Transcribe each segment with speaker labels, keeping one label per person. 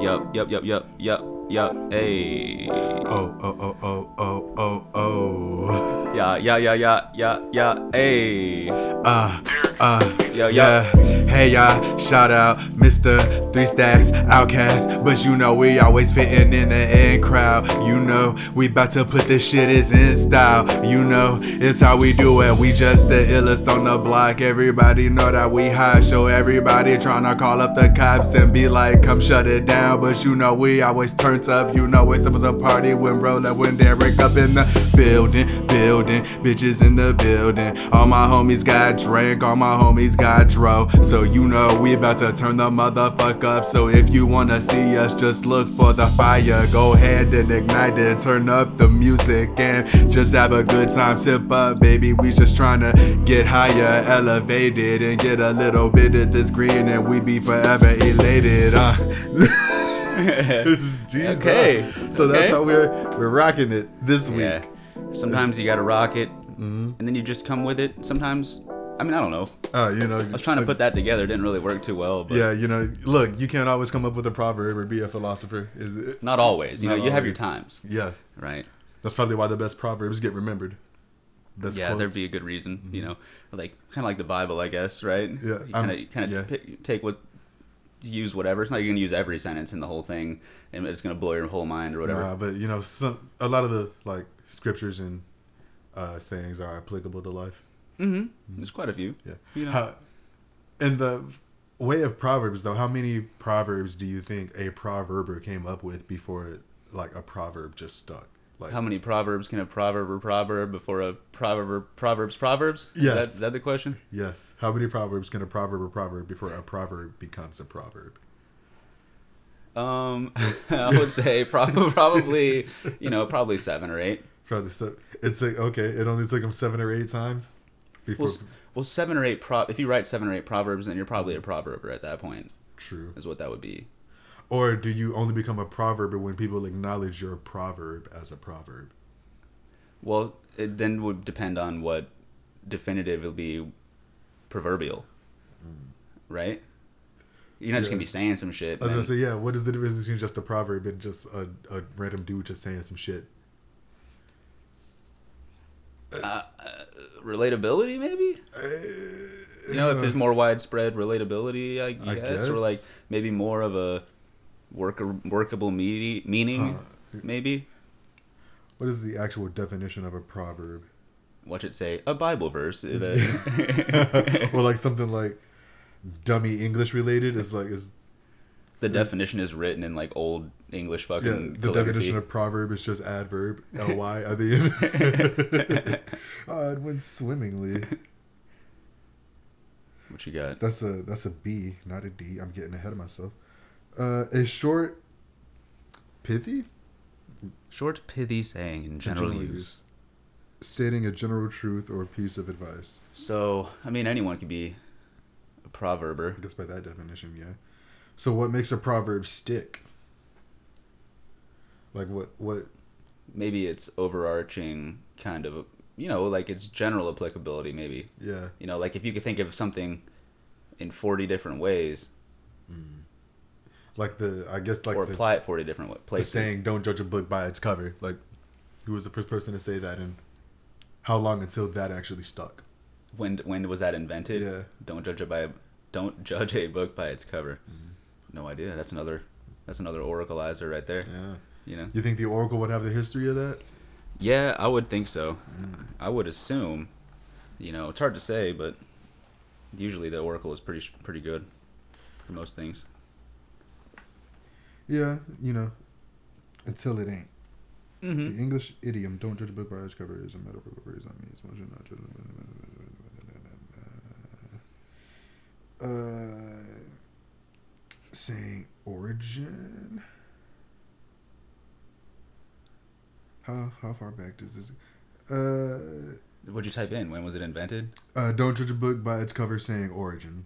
Speaker 1: Yup, yup, yup, yup, yup, yup. Hey.
Speaker 2: Oh, oh, oh, oh, oh, oh, oh.
Speaker 1: Yeah, yeah, yeah, yeah, yeah, yeah. Hey.
Speaker 2: Uh, uh,
Speaker 1: Yeah, yeah.
Speaker 2: yeah. Hey, y'all. Shout out Mr. Three Stacks Outcast. But you know, we always fitting in the in crowd. You know, we about to put this shit is in style. You know, it's how we do it. We just the illest on the block. Everybody know that we high. Show everybody trying to call up the cops and be like, come shut it down. But you know, we always turns up. You know, it's supposed to party when Rolla, when Derek up in the building, building, bitches in the building. All my homies got drank, all my homies got dro. So you know we about to turn the motherfuck up. So if you wanna see us, just look for the fire. Go ahead and ignite it, turn up the music and just have a good time. Sip up, baby. We just tryna get higher, elevated, and get a little bit of this green, and we be forever elated. Uh. Jesus.
Speaker 1: Okay,
Speaker 2: So that's
Speaker 1: okay.
Speaker 2: how we're we're rocking it this week.
Speaker 1: Yeah. Sometimes you gotta rock it,
Speaker 2: Mm-hmm.
Speaker 1: and then you just come with it. Sometimes, I mean, I don't know. I
Speaker 2: Uh, you know, I
Speaker 1: was trying to put that together. It didn't really work too well, but
Speaker 2: Yeah, you know, look, you can't always come up with a proverb or be a philosopher. Is it?
Speaker 1: not always. You know,
Speaker 2: Not
Speaker 1: you have your
Speaker 2: always.
Speaker 1: times,
Speaker 2: Yes,
Speaker 1: right?
Speaker 2: that's probably why the best proverbs get remembered. Best
Speaker 1: yeah, there'd
Speaker 2: quotes. Mm-hmm.
Speaker 1: be a good reason, you know, like kind of like the Bible, I guess, right?
Speaker 2: Yeah,
Speaker 1: you
Speaker 2: I'm-
Speaker 1: kind of kind of
Speaker 2: yeah.
Speaker 1: pick, take what use whatever. It's not you're gonna use every sentence in the whole thing, and it's gonna blow your whole mind or whatever.
Speaker 2: Nah, but you know, some a lot of the like scriptures and uh, sayings are applicable to life.
Speaker 1: There's quite a few.
Speaker 2: Yeah,
Speaker 1: You know.
Speaker 2: How- in the way of proverbs, though, how many proverbs do you think a proverber came up with before like a proverb just stuck? Like,
Speaker 1: How many proverbs can a proverb or proverb before a proverb or proverbs proverbs? Is
Speaker 2: Yes.
Speaker 1: that, is that the question?
Speaker 2: yes, how many proverbs can a proverb or proverb before a proverb becomes a proverb?
Speaker 1: Um, I would say probably, probably, you know, probably seven or eight.
Speaker 2: Probably so. It's like okay. It only took him seven or eight times before.
Speaker 1: Well, s- well, seven or eight pro. If you write seven or eight proverbs, then you're probably a proverber at that point.
Speaker 2: true.
Speaker 1: Is what that would be.
Speaker 2: Or do you only become a proverb when people acknowledge your proverb as a proverb?
Speaker 1: Well, it then would depend on what definitive will be proverbial, right? You're not just gonna
Speaker 2: Mm. Yeah.
Speaker 1: be saying some shit.
Speaker 2: I was
Speaker 1: man.
Speaker 2: gonna say yeah. What is the difference between just a proverb and just a, a random dude just saying some shit?
Speaker 1: relatability, maybe.
Speaker 2: Uh,
Speaker 1: You know, if there's more widespread relatability, I guess,
Speaker 2: I
Speaker 1: or
Speaker 2: guess.
Speaker 1: like maybe more of a worker workable meaty, meaning, maybe.
Speaker 2: What is the actual definition of a proverb?
Speaker 1: Watch it say a Bible verse. Is a-
Speaker 2: or like something like dummy English related is like is
Speaker 1: the definition is written in like old English fucking.
Speaker 2: yeah. The
Speaker 1: calligraphy.
Speaker 2: definition of proverb is just adverb ly at the end. oh, it went swimmingly.
Speaker 1: what you got?
Speaker 2: That's a that's a B, not a D. I'm getting ahead of myself. Uh, a short, pithy,
Speaker 1: Short, pithy saying in general, use.
Speaker 2: stating a general truth or piece of advice.
Speaker 1: So, I mean, anyone could be a proverber.
Speaker 2: I guess by that definition, yeah. So what makes a proverb stick? Like what what?
Speaker 1: Maybe it's overarching kind of, you know, like its general applicability, maybe.
Speaker 2: Yeah,
Speaker 1: You know, like if you could think of something in 40 different ways
Speaker 2: like the I guess like
Speaker 1: or
Speaker 2: the,
Speaker 1: apply it 40 different wa-
Speaker 2: the
Speaker 1: places.
Speaker 2: saying "Don't judge a book by its cover." Like, who was the first person to say that, and how long until that actually stuck?
Speaker 1: When when was that invented?
Speaker 2: Yeah.
Speaker 1: Don't judge it by don't judge a book by its cover. No idea. That's another that's another oracleizer right there.
Speaker 2: Mm-hmm. Yeah.
Speaker 1: You know.
Speaker 2: You think the Oracle would have the history of that?
Speaker 1: Yeah, I would think so.
Speaker 2: Mm.
Speaker 1: I would assume. You know, it's hard to say, but usually the oracle is pretty pretty good for most things.
Speaker 2: Yeah, you know, until it ain't.
Speaker 1: Hmm?
Speaker 2: The English idiom "Don't judge a book by its cover" is a metaphor for his means. One should not judge. Uh, saying origin. How how far back does this? Uh,
Speaker 1: What'd you type in? When was it invented?
Speaker 2: uh, don't judge a book by its cover. Saying origin.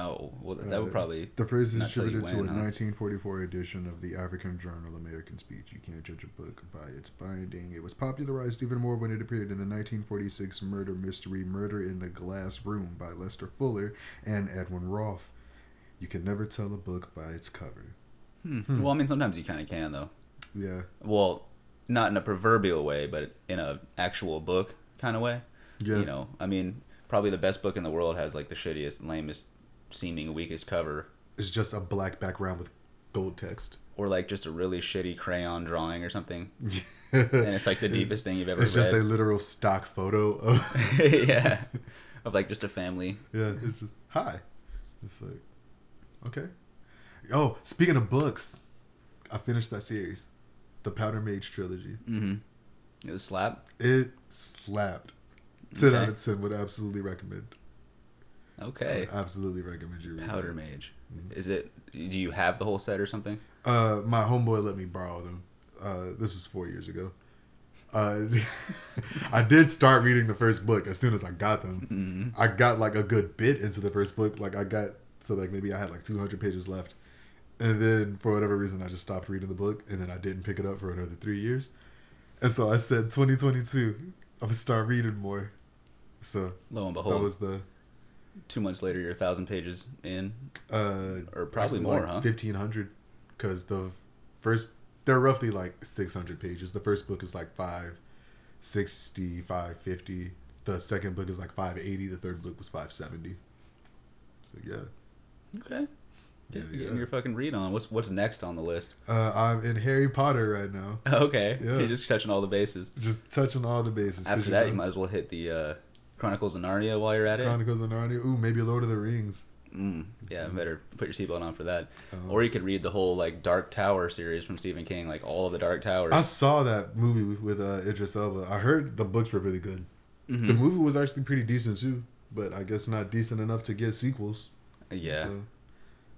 Speaker 1: Oh, well, that
Speaker 2: Uh,
Speaker 1: would probably
Speaker 2: The phrase is
Speaker 1: not tell you
Speaker 2: attributed to a
Speaker 1: when, huh?
Speaker 2: 1944 edition of the African Journal American Speech. You can't judge a book by its binding. It was popularized even more when it appeared in the 1946 murder mystery Murder in the Glass Room by Lester Fuller and Edwin Roth. You can never tell a book by its cover.
Speaker 1: hmm. Well, I mean, sometimes you kind of can though.
Speaker 2: Yeah.
Speaker 1: Well, not in a proverbial way, but in a actual book kind of way.
Speaker 2: Yeah.
Speaker 1: You know, I mean, probably the best book in the world has like the shittiest, lamest, seeming weakest cover,
Speaker 2: It's just a black background with gold text.
Speaker 1: or like just a really shitty crayon drawing or something, and it's like the deepest thing you've ever
Speaker 2: It's just a
Speaker 1: read.
Speaker 2: literal stock photo of
Speaker 1: yeah, of like just a family.
Speaker 2: yeah. It's just hi. It's like okay. Oh, speaking of books, I finished that series, the Powder Mage trilogy.
Speaker 1: Mm. It was slap.
Speaker 2: It slapped. Ten out
Speaker 1: Okay.
Speaker 2: of ten. Would absolutely recommend.
Speaker 1: Okay.
Speaker 2: Would absolutely recommend you read. that.
Speaker 1: Powder Mage.
Speaker 2: mm-hmm.
Speaker 1: Is it? Do you have the whole set or something?
Speaker 2: Uh, my homeboy let me borrow them. Uh, this was four years ago. Uh, I did start reading the first book as soon as I got them. I got like a good bit into the first book. Like I got so like maybe I had like 200 pages left, and then for whatever reason I just stopped reading the book, and then I didn't pick it up for another three years. And so I said 2022, I'm gonna start reading more. So
Speaker 1: Lo and
Speaker 2: that
Speaker 1: behold,
Speaker 2: was the
Speaker 1: two months later, you're a thousand pages in.
Speaker 2: uh,
Speaker 1: Or probably
Speaker 2: actually,
Speaker 1: more,
Speaker 2: like
Speaker 1: huh?
Speaker 2: Fifteen hundred, because the first they're roughly like six hundred pages. The first book is like five sixty, five fifty. The second book is like five eighty. The third book was five seventy. So yeah,
Speaker 1: Okay. Get,
Speaker 2: Yeah,
Speaker 1: getting
Speaker 2: yeah.
Speaker 1: your fucking read on. What's what's next on the list?
Speaker 2: uh, I'm in Harry Potter right now,
Speaker 1: Okay.
Speaker 2: Yeah.
Speaker 1: You're just touching all the bases.
Speaker 2: just touching all the bases. 'cause
Speaker 1: After that, you
Speaker 2: know,
Speaker 1: might as well hit the uh, Chronicles of Narnia while you're at it.
Speaker 2: Chronicles of Narnia. Ooh, maybe Lord of the Rings.
Speaker 1: mm, yeah, better put your seatbelt on for that.
Speaker 2: Oh.
Speaker 1: Or you could read the whole like Dark Tower series from Stephen King, like all of the Dark Towers.
Speaker 2: I saw that movie with uh, Idris Elba. I heard the books were really good.
Speaker 1: Mm-hmm.
Speaker 2: The movie was actually pretty decent too, but I guess not decent enough to get sequels.
Speaker 1: yeah.
Speaker 2: So,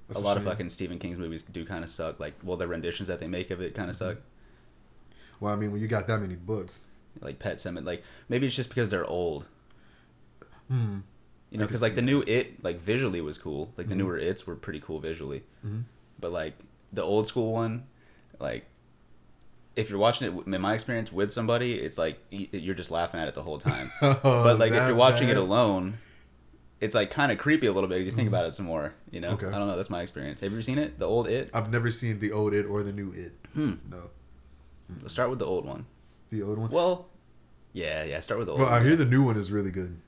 Speaker 2: that's
Speaker 1: a lot of
Speaker 2: shame.
Speaker 1: fucking Stephen King's movies do kind of suck. Like, well, the renditions that they make of it kind of suck.
Speaker 2: Well, I mean, when you got that many books,
Speaker 1: like Pet Cemetery. Like maybe it's just because they're old.
Speaker 2: Hmm.
Speaker 1: You know,
Speaker 2: I can
Speaker 1: because like
Speaker 2: see
Speaker 1: the new It, like visually was cool.
Speaker 2: Mm-hmm.
Speaker 1: Like the newer It's were pretty cool visually. But like the old school one, like if you're watching it, w- in my experience with somebody, it's like y- you're just laughing at it the whole time.
Speaker 2: Oh,
Speaker 1: but like if you're watching it alone, it's like kind of creepy a little bit. If you think about it some more, you know.
Speaker 2: Mm-hmm. Okay.
Speaker 1: I don't know. That's my experience. Have you ever seen it? The old It.
Speaker 2: I've never seen the old it or the new it.
Speaker 1: Hmm.
Speaker 2: No,
Speaker 1: Start with the old one.
Speaker 2: the old one. Well,
Speaker 1: Well, yeah, yeah. Start with the old. one.
Speaker 2: I hear the new one is really good.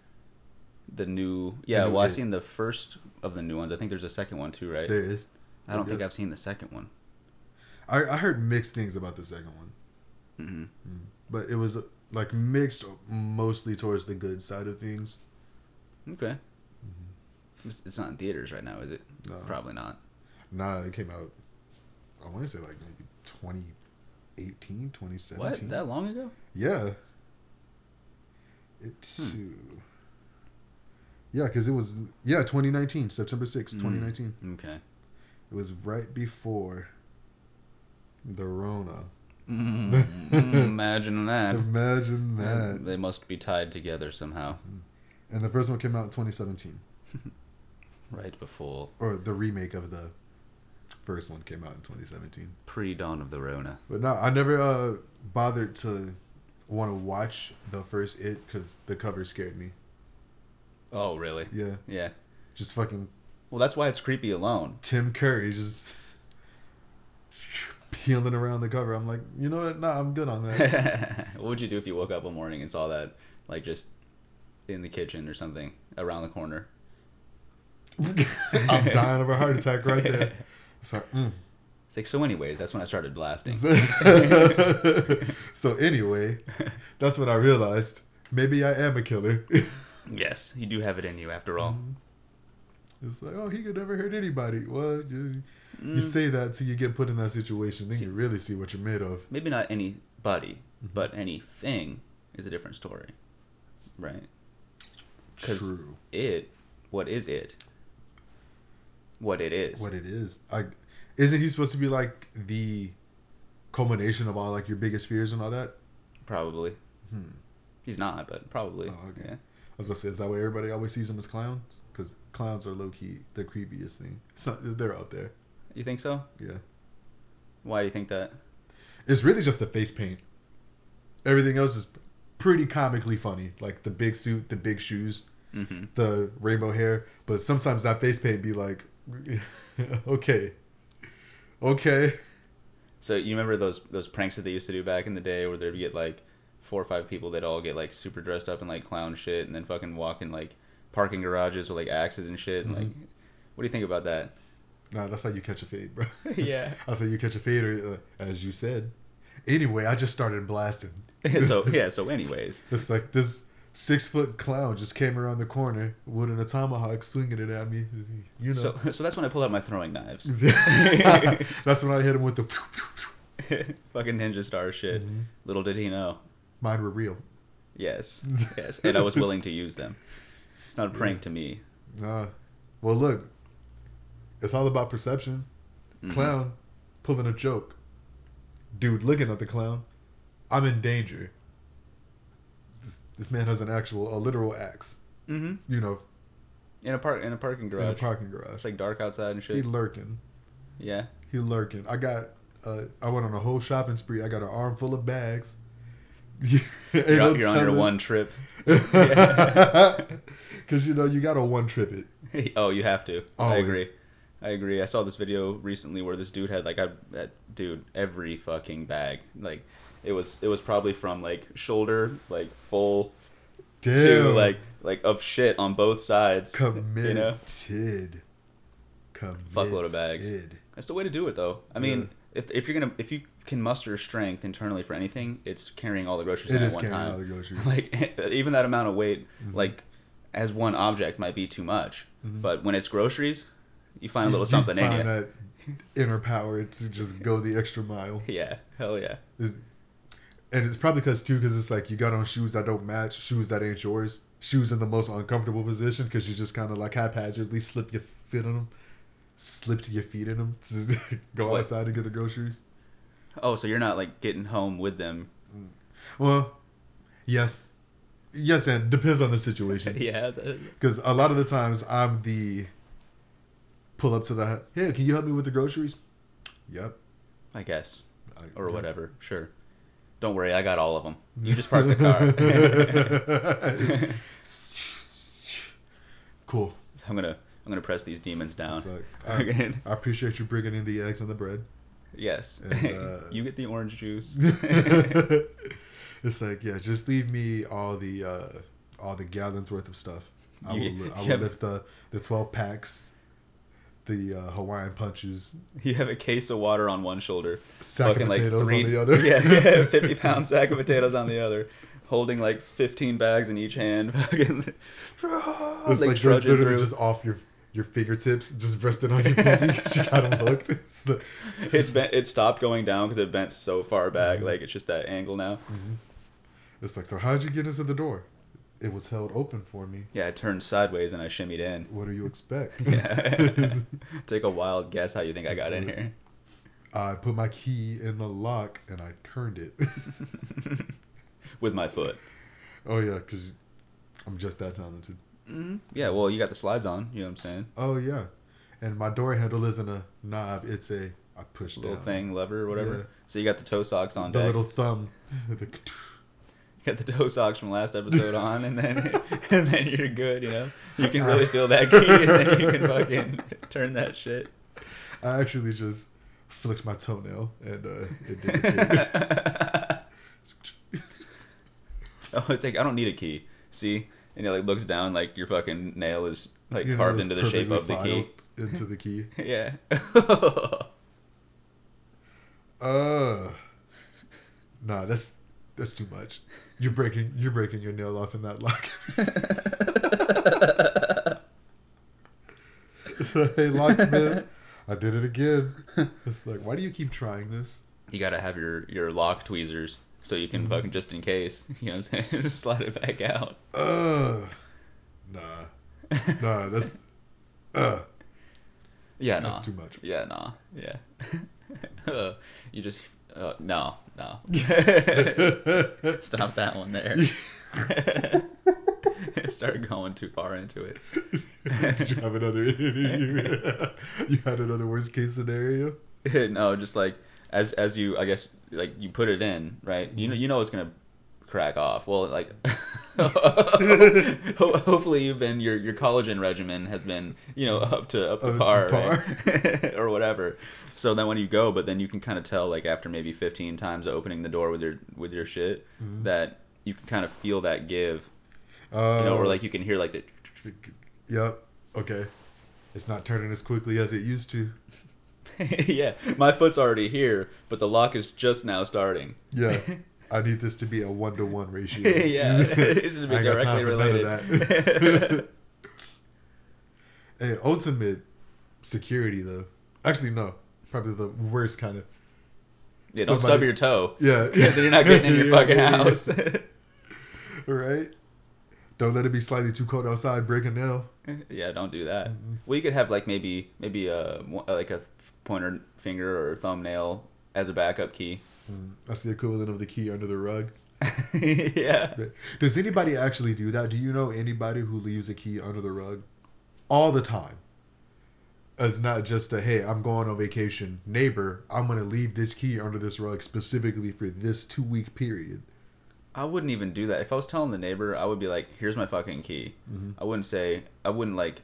Speaker 1: the new yeah
Speaker 2: new
Speaker 1: well i've
Speaker 2: It.
Speaker 1: seen the first of the new ones i think there's a second one too right
Speaker 2: There it is.
Speaker 1: i don't think
Speaker 2: Yeah.
Speaker 1: i've seen the second one
Speaker 2: I, I heard mixed things about the second one,
Speaker 1: Mm-hmm.
Speaker 2: Mm. but it was uh, like mixed mostly towards the good side of things.
Speaker 1: okay it's, it's not in theaters right now is it
Speaker 2: No.
Speaker 1: probably not
Speaker 2: Nah, it came out. I want to say like maybe 2018,
Speaker 1: what
Speaker 2: 2017.
Speaker 1: that long ago
Speaker 2: Yeah. It too. Yeah, because it was yeah 2019 September 6th, 2019.
Speaker 1: okay
Speaker 2: It was right before the Rona.
Speaker 1: Mm, imagine that
Speaker 2: Imagine that.
Speaker 1: they must be tied together somehow
Speaker 2: And the first one came out in 2017,
Speaker 1: right before
Speaker 2: or the remake of the first one came out in 2017.
Speaker 1: pre-dawn of the rona
Speaker 2: But no, I never uh, bothered to want to watch the first it because the cover scared me.
Speaker 1: oh really
Speaker 2: Yeah,
Speaker 1: yeah
Speaker 2: just fucking
Speaker 1: well that's why it's creepy alone
Speaker 2: Tim Curry just peeling around the cover. I'm like, you know what? Nah, I'm good on that.
Speaker 1: what would you do if you woke up one morning and saw that like just in the kitchen or something around the corner
Speaker 2: I'm dying of a heart attack right there. It's like, mm.
Speaker 1: It's like, so anyways, that's when I started blasting.
Speaker 2: so anyway, that's what I realized. Maybe I am a killer.
Speaker 1: yes, you do have it in you after all.
Speaker 2: Mm-hmm. It's like, oh, he could never hurt anybody. Well, you, you say that till you get put in that situation, then you really Mm. see what you're made of.
Speaker 1: Maybe not anybody,
Speaker 2: Mm-hmm.
Speaker 1: but anything is a different story. Right? 'Cause-
Speaker 2: True.
Speaker 1: It, what is it? What it is.
Speaker 2: What it is, like, isn't he supposed to be like the culmination of all like your biggest fears and all that?
Speaker 1: probably. He's not, but probably.
Speaker 2: Hmm. Oh, okay.
Speaker 1: Yeah.
Speaker 2: I was gonna say, is that why everybody always sees them as clowns? Because clowns are low key the creepiest thing. So they're out there.
Speaker 1: You think so?
Speaker 2: Yeah,
Speaker 1: Why do you think that?
Speaker 2: it's really just the face paint. Everything else is pretty comically funny, like the big suit, the big shoes,
Speaker 1: Mhm.
Speaker 2: the rainbow hair. But sometimes that face paint be like, okay, Okay.
Speaker 1: So you remember those those pranks that they used to do back in the day, where they'd get like four or five people that all get like super dressed up in like clown shit, and then fucking walk in like parking garages with like axes and shit. And like, what do you think about that?
Speaker 2: Nah, that's how you catch a fade, bro.
Speaker 1: Yeah.
Speaker 2: That's how you catch a fade, or, uh, as you said. Anyway, I just started blasting.
Speaker 1: so yeah. So anyways,
Speaker 2: It's like this six foot clown just came around the corner, wielding a tomahawk, swinging it at me. You know.
Speaker 1: so so that's when I pulled out my throwing knives,
Speaker 2: that's when I hit him with the.
Speaker 1: fucking ninja star shit. Little did he know.
Speaker 2: Mine were real.
Speaker 1: Yes. Yes. And I was willing to use them. It's not a prank to me.
Speaker 2: Nah. Well, look, it's all about perception.
Speaker 1: Mm-hmm.
Speaker 2: Clown pulling a joke. Dude looking at the clown. I'm in danger. This, this man has an actual, a literal axe,
Speaker 1: Mm-hmm.
Speaker 2: you know,
Speaker 1: In a park in a parking garage.
Speaker 2: in a parking garage.
Speaker 1: It's like dark outside and
Speaker 2: He
Speaker 1: shit.
Speaker 2: lurking.
Speaker 1: Yeah.
Speaker 2: He lurking. I got, uh, I went on a whole shopping spree. I got an armful of bags. Ain't
Speaker 1: You're,
Speaker 2: no
Speaker 1: on- you're on your
Speaker 2: telling.
Speaker 1: one trip.
Speaker 2: Because, you know, you got to one trip it.
Speaker 1: oh, you have to. I
Speaker 2: Always.
Speaker 1: agree. I agree. I saw this video recently where this dude had like I that dude every fucking bag. Like it was it was probably from like shoulder like full
Speaker 2: Damn.
Speaker 1: to like like of shit on both sides.
Speaker 2: Committed.
Speaker 1: You know?
Speaker 2: Committed.
Speaker 1: Fuckload of bags. That's the way to do it, though. I mean, if, if you're gonna if you can muster strength internally for anything, it's carrying all the groceries
Speaker 2: It
Speaker 1: in
Speaker 2: is
Speaker 1: at one
Speaker 2: carrying
Speaker 1: time.
Speaker 2: all the groceries. Mm-hmm.
Speaker 1: like even that amount of weight, like as one object might be too much, but when it's groceries, you find a little
Speaker 2: You
Speaker 1: something in
Speaker 2: Mm-hmm. find
Speaker 1: you.
Speaker 2: that inner power to just go the extra mile.
Speaker 1: Yeah, hell yeah.
Speaker 2: It's- and it's probably because, too, because it's like you got on shoes that don't match, shoes that ain't yours, shoes in the most uncomfortable position because you just kind of like haphazardly slip your feet in them, slipped your feet in them to go
Speaker 1: What?
Speaker 2: outside and get the groceries.
Speaker 1: Oh, so you're not like getting home with them?
Speaker 2: Well, yes, yes, and depends on the situation.
Speaker 1: yeah.
Speaker 2: Because a lot of the times I'm the pull up to the hut. Hey, can you help me with the groceries? Yep.
Speaker 1: I guess
Speaker 2: I-
Speaker 1: or
Speaker 2: yeah.
Speaker 1: whatever. Sure. Don't worry, I got all of them. You just park the car.
Speaker 2: cool.
Speaker 1: so I'm gonna I'm gonna press these demons down.
Speaker 2: It's like, I, I appreciate you bringing in the eggs and the bread.
Speaker 1: Yes.
Speaker 2: And, uh,
Speaker 1: you get the orange juice.
Speaker 2: it's like, yeah, just leave me all the uh, all the gallons worth of stuff. I will,
Speaker 1: You-
Speaker 2: li- I
Speaker 1: you
Speaker 2: will
Speaker 1: have-
Speaker 2: lift the the twelve packs, the uh, Hawaiian punches,
Speaker 1: you have a case of water on one shoulder,
Speaker 2: Sack of
Speaker 1: fucking,
Speaker 2: potatoes on the other.
Speaker 1: yeah, yeah, fifty pound sack of potatoes on the other, holding like fifteen bags in each hand. fucking-
Speaker 2: It's
Speaker 1: like
Speaker 2: like, they're
Speaker 1: trudging
Speaker 2: literally
Speaker 1: through.
Speaker 2: just off your your fingertips, just resting on your pinky. she got 'em hooked. It's the-
Speaker 1: it's bent. It stopped going down because it bent so far back.
Speaker 2: Mm-hmm.
Speaker 1: Like it's just that angle now.
Speaker 2: it's like, so how'd you get into the door? It was held open for me.
Speaker 1: Yeah, I turned sideways and I shimmied in.
Speaker 2: What do you expect?
Speaker 1: Yeah. Take a wild guess how you think I got in here.
Speaker 2: I put my key in the lock and I turned it.
Speaker 1: With my foot.
Speaker 2: oh yeah, because I'm just that talented. Mm-hmm.
Speaker 1: Yeah, well, you got the slides on. You know what I'm saying?
Speaker 2: Oh yeah, and my door handle isn't a knob; it's a I push
Speaker 1: Little
Speaker 2: down.
Speaker 1: thing, lever, whatever.
Speaker 2: Yeah.
Speaker 1: So you got the toe socks on
Speaker 2: The
Speaker 1: deck.
Speaker 2: little thumb. The-
Speaker 1: You got the toe socks from last episode on, and then and then you're good. You know, you can really feel that key, and then you can fucking turn that shit.
Speaker 2: I actually just flicked my toenail and uh, it did. the trick.
Speaker 1: Oh, it's like I don't need a key. See, and it like looks down, like your fucking nail is like
Speaker 2: You know,
Speaker 1: carved
Speaker 2: it's
Speaker 1: into the shape of
Speaker 2: perfectly
Speaker 1: the key.
Speaker 2: filed Into the key.
Speaker 1: Yeah.
Speaker 2: Uh Nah, that's that's too much. You're breaking you're breaking your nail off in that lock. It's like, hey locksmith, I did it again. It's like, why do you keep trying this?
Speaker 1: you gotta have your your lock tweezers so you
Speaker 2: Mm-hmm.
Speaker 1: can fucking just in case. You know what I'm saying? just slide it back out.
Speaker 2: Uh Nah. Nah, that's uh
Speaker 1: Yeah,
Speaker 2: That's
Speaker 1: nah.
Speaker 2: too much.
Speaker 1: Yeah, nah. Yeah. Uh, you just uh, no, no. Stop that one there. Start going too far into it.
Speaker 2: Did you have another you had another worst case scenario?
Speaker 1: Mm-hmm. no, just like as as you, I guess, like you put it in, right? You know, you know it's gonna crack off. Well, like, ho- hopefully you've been your your collagen regimen has been you know up to up to
Speaker 2: Up to
Speaker 1: par, right? or whatever. So then when you go, but then you can kind of tell like after maybe 15 times of opening the door with your with your shit that you can kind of feel that give,
Speaker 2: Oh,
Speaker 1: you know, or like you can hear like the
Speaker 2: yep. Okay, it's not turning as quickly as it used to.
Speaker 1: yeah, my foot's already here, but the lock is just now starting.
Speaker 2: Yeah, I need this to be a one to one ratio.
Speaker 1: yeah, it's gonna
Speaker 2: I
Speaker 1: be
Speaker 2: ain't got time
Speaker 1: directly
Speaker 2: for none
Speaker 1: related.
Speaker 2: of Hey, ultimate security though. Actually, no, probably the worst kind of.
Speaker 1: yeah, don't stub
Speaker 2: Somebody-
Speaker 1: your toe.
Speaker 2: Yeah,
Speaker 1: Yeah, then you're not getting in your
Speaker 2: Yeah,
Speaker 1: fucking
Speaker 2: yeah, yeah.
Speaker 1: house.
Speaker 2: right? Don't let it be slightly too cold outside. Break a nail.
Speaker 1: yeah, don't do that.
Speaker 2: Mm-hmm.
Speaker 1: Well, you could have like maybe maybe a mo- like a pointer finger or thumbnail as a backup key.
Speaker 2: That's the equivalent of the key under the rug.
Speaker 1: yeah.
Speaker 2: Does anybody actually do that? Do you know anybody who leaves a key under the rug all the time? It's not just a hey, I'm going on vacation, neighbor. I'm gonna leave this key under this rug specifically for this two week period.
Speaker 1: I wouldn't even do that. If I was telling the neighbor, I would be like, "Here's my fucking key." I wouldn't say I wouldn't like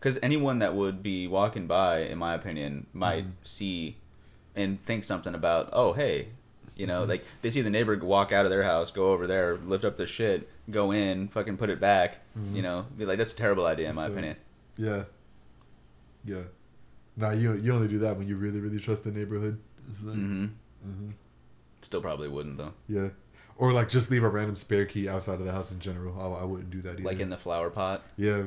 Speaker 1: cuz anyone that would be walking by in my opinion might see and think something about, "Oh, hey, you know, like they see the neighbor walk out of their house, go over there, lift up the shit, go in, fucking put it back." You know, be like, "That's a terrible idea in my
Speaker 2: So-
Speaker 1: opinion."
Speaker 2: Yeah, yeah. Nah, you you only do that when you really really trust the neighborhood. It's like-
Speaker 1: Mhm. Still probably wouldn't though.
Speaker 2: Yeah, or like just leave a random spare key outside of the house in general. I, I wouldn't do that either.
Speaker 1: Like in the flower pot.
Speaker 2: yeah,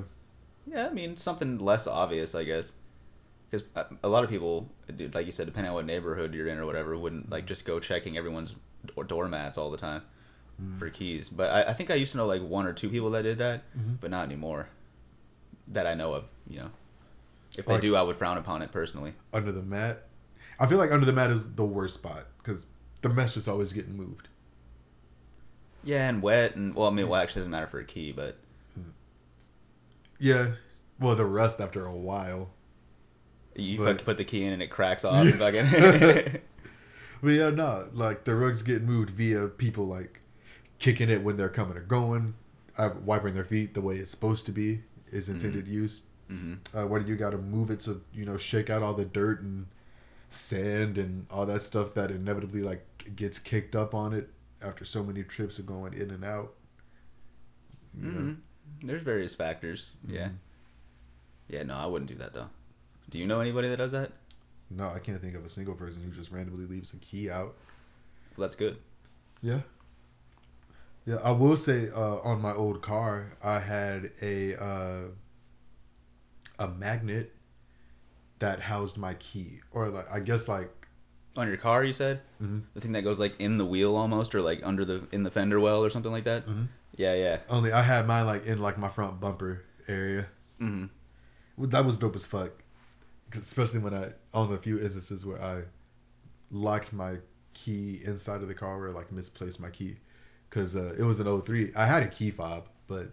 Speaker 1: Yeah, I mean something less obvious, I guess, because a lot of people, dude, like you said, depending on what neighborhood you're in or whatever, wouldn't like just go checking everyone's door- doormats all the time for keys. But I, I think I used to know like one or two people that did that, but not anymore, that I know of. You know, if they
Speaker 2: Like-
Speaker 1: do, I would frown upon it personally.
Speaker 2: under the mat. I feel like under the mat is the worst spot because the mesh is always getting moved.
Speaker 1: Yeah, and wet, and well, I mean, well, actually, it doesn't matter for a key, but
Speaker 2: Yeah. Well, the rust after a while.
Speaker 1: you
Speaker 2: But-
Speaker 1: fucking put the key in and it cracks off. and fucking
Speaker 2: But yeah, no, like the rugs get moved via people like kicking it when they're coming or going, uh, wiping their feet the way it's supposed to be is intended use. Mm-hmm. Uh, what you got to move it to you know shake out all the dirt and sand and all that stuff that inevitably like gets kicked up on it after so many trips of going in and out. You know? Mm-hmm.
Speaker 1: Mhm. There's various factors. Yeah. Yeah, no, I wouldn't do that though. Do you know anybody that does that?
Speaker 2: No, I can't think of a single person who just randomly leaves a key out.
Speaker 1: Well, that's good.
Speaker 2: Yeah. Yeah, I will say uh, on my old car, I had a uh, a magnet that housed my key, or like I guess like
Speaker 1: On your car, you said
Speaker 2: Mhm.
Speaker 1: the thing that goes like in the wheel almost, or like under the in the fender well, or something like that.
Speaker 2: Mhm.
Speaker 1: Yeah, yeah.
Speaker 2: only I had mine like in like my front bumper area.
Speaker 1: hmm
Speaker 2: Well, that was dope as fuck, 'Cause especially when I on the few instances where I locked my key inside of the car or like misplaced my key, because uh, it was an 03. I had a key fob, but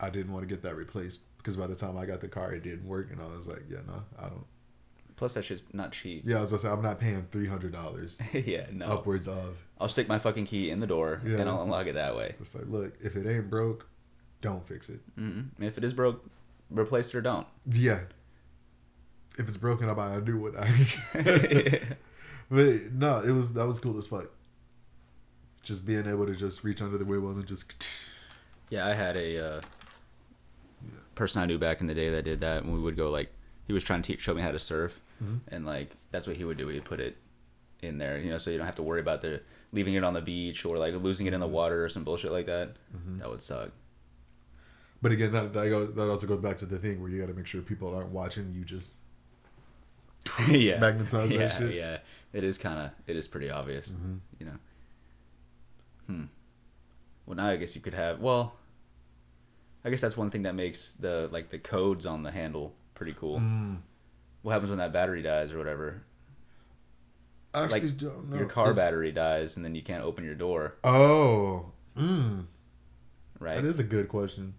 Speaker 2: I didn't want to get that replaced because by the time I got the car, it didn't work, and I was like, yeah, no, I don't.
Speaker 1: Plus, that shit's not cheap.
Speaker 2: Yeah, I was about to say I'm not paying three hundred dollars
Speaker 1: Yeah, no.
Speaker 2: upwards of.
Speaker 1: I'll stick my fucking key in the door
Speaker 2: Yeah.
Speaker 1: and I'll unlock it that way.
Speaker 2: It's like, look, if it ain't broke, don't fix it.
Speaker 1: mm And if it is broke, replace it or don't.
Speaker 2: Yeah. If it's broken, I'll buy a new one. But no, it was that was cool as fuck. Just being able to just reach under the wheel well and just
Speaker 1: Yeah, I had a uh, person I knew back in the day that did that, and we would go like he was trying to teach, show me how to surf, and like that's what he would do. He'd put it in there, you know, so you don't have to worry about the leaving it on the beach or like losing it in the water or some bullshit like that. That would suck.
Speaker 2: But again, that that, goes, that also goes back to the thing where you got to make sure people aren't watching you. Just
Speaker 1: yeah,
Speaker 2: Magnetize that
Speaker 1: yeah,
Speaker 2: shit. Mm-hmm.
Speaker 1: Yeah, it is kind of it is pretty obvious, you know. Hmm. Well, now I guess you could have well. I guess that's one thing that makes the like the codes on the handle pretty cool.
Speaker 2: Mm.
Speaker 1: What happens when that battery dies or whatever?
Speaker 2: I actually
Speaker 1: Like,
Speaker 2: don't know
Speaker 1: your car
Speaker 2: It's-
Speaker 1: battery dies and then you can't open your door,
Speaker 2: Oh, mm,
Speaker 1: right?
Speaker 2: that is a good question.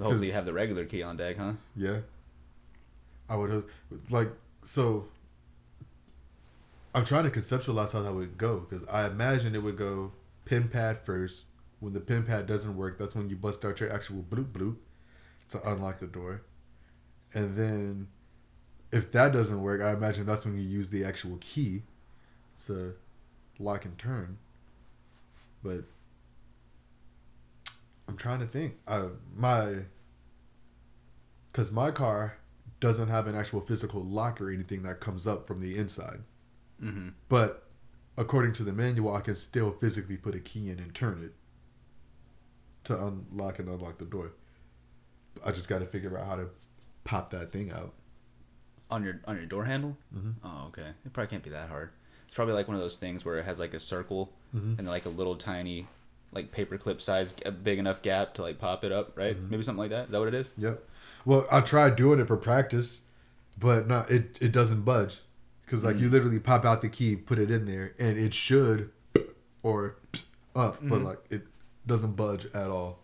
Speaker 1: Hopefully you have the regular key on deck, huh?
Speaker 2: Yeah, I would have like so. I'm trying to conceptualize how that would go because I imagine it would go pen pad first. When the pen pad doesn't work, that's when you bust out your actual bloop bloop to unlock the door. And then if that doesn't work, I imagine that's when you use the actual key to lock and turn. But I'm trying to think. I, my because my car doesn't have an actual physical lock or anything that comes up from the inside.
Speaker 1: Mm-hmm.
Speaker 2: But according to the manual, I can still physically put a key in and turn it to unlock and unlock the door. I just got to figure out how to pop that thing out.
Speaker 1: On your on your door handle?
Speaker 2: Mhm.
Speaker 1: Oh, okay. It probably can't be that hard. It's probably like one of those things where it has like a circle
Speaker 2: Mhm.
Speaker 1: and like a little tiny, like paperclip size, a big enough gap to like pop it up,
Speaker 2: Mm-hmm.
Speaker 1: right? Maybe something like that. Is that what it is?
Speaker 2: Yep. Well, I tried doing it for practice, but no, it it doesn't budge because like you literally pop out the key, put it in there, and it should or up, but like it doesn't budge at all.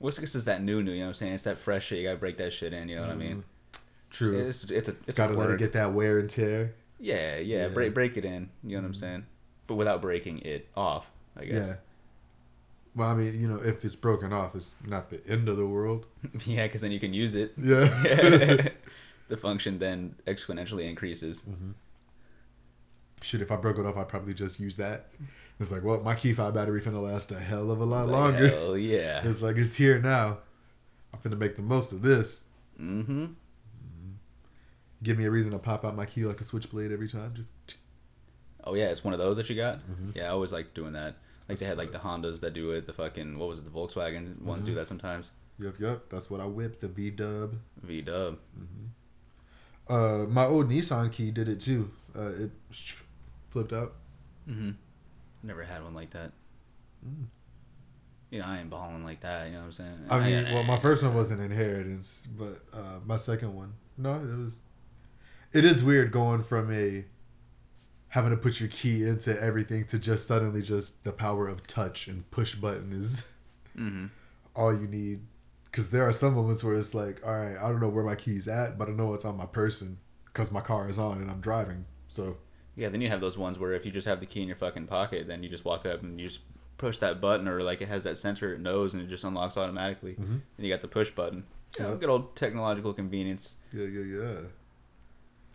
Speaker 1: What's this is that new new? You know what I'm saying? It's that fresh shit. You gotta break that shit in. You know what I mean?
Speaker 2: Mm-hmm. True.
Speaker 1: It's it's a it's
Speaker 2: Gotta
Speaker 1: a
Speaker 2: let
Speaker 1: word.
Speaker 2: it get that wear and tear.
Speaker 1: yeah, yeah
Speaker 2: Yeah. Mm-hmm.
Speaker 1: Break break it in. You know what I'm saying? But without breaking it off, I
Speaker 2: Yeah.
Speaker 1: guess.
Speaker 2: Well, I mean, you know, if it's broken off, it's not the end of the world.
Speaker 1: Yeah, because then you can use it.
Speaker 2: Yeah.
Speaker 1: the function then exponentially increases.
Speaker 2: Mm-hmm. Shit, if I broke it off, I'd probably just use that. It's like, well, my key fob battery finna last a hell of a lot
Speaker 1: Like,
Speaker 2: longer.
Speaker 1: Hell yeah.
Speaker 2: It's like it's here now. I'm finna make the most of this.
Speaker 1: Mm-hmm.
Speaker 2: Give me a reason to pop out my key like a switchblade every time. Just
Speaker 1: Oh yeah, it's one of those that you got. Yeah, I always like doing that. Like
Speaker 2: Mm-hmm. That's
Speaker 1: they had like the Hondas that do it. The fucking what was it? The Volkswagen ones
Speaker 2: Mm-hmm.
Speaker 1: do that sometimes.
Speaker 2: yep, yep. That's what I whipped the V Dub.
Speaker 1: V Dub.
Speaker 2: Uh, my old Nissan key did it too. Uh, it flipped out.
Speaker 1: Mm-hmm. Never had one like that. You know, I ain't balling like that. You know what I'm saying?
Speaker 2: Mm. I mean, well, my first one was an inheritance, but uh, my second one, no, it was. It is weird going from a having to put your key into everything to just suddenly just the power of touch and push button is
Speaker 1: hmm
Speaker 2: all you need. Because there are some moments where it's like, all right, I don't know where my key's at, but I know it's on my person because my car is on and I'm driving. So
Speaker 1: Yeah, then you have those ones where if you just have the key in your fucking pocket, then you just walk up and you just push that button, or like it has that sensor, it knows, and it just unlocks automatically.
Speaker 2: Mm-hmm.
Speaker 1: And you got the push button. You know,
Speaker 2: Yep.
Speaker 1: good old technological convenience.
Speaker 2: yeah, yeah, yeah.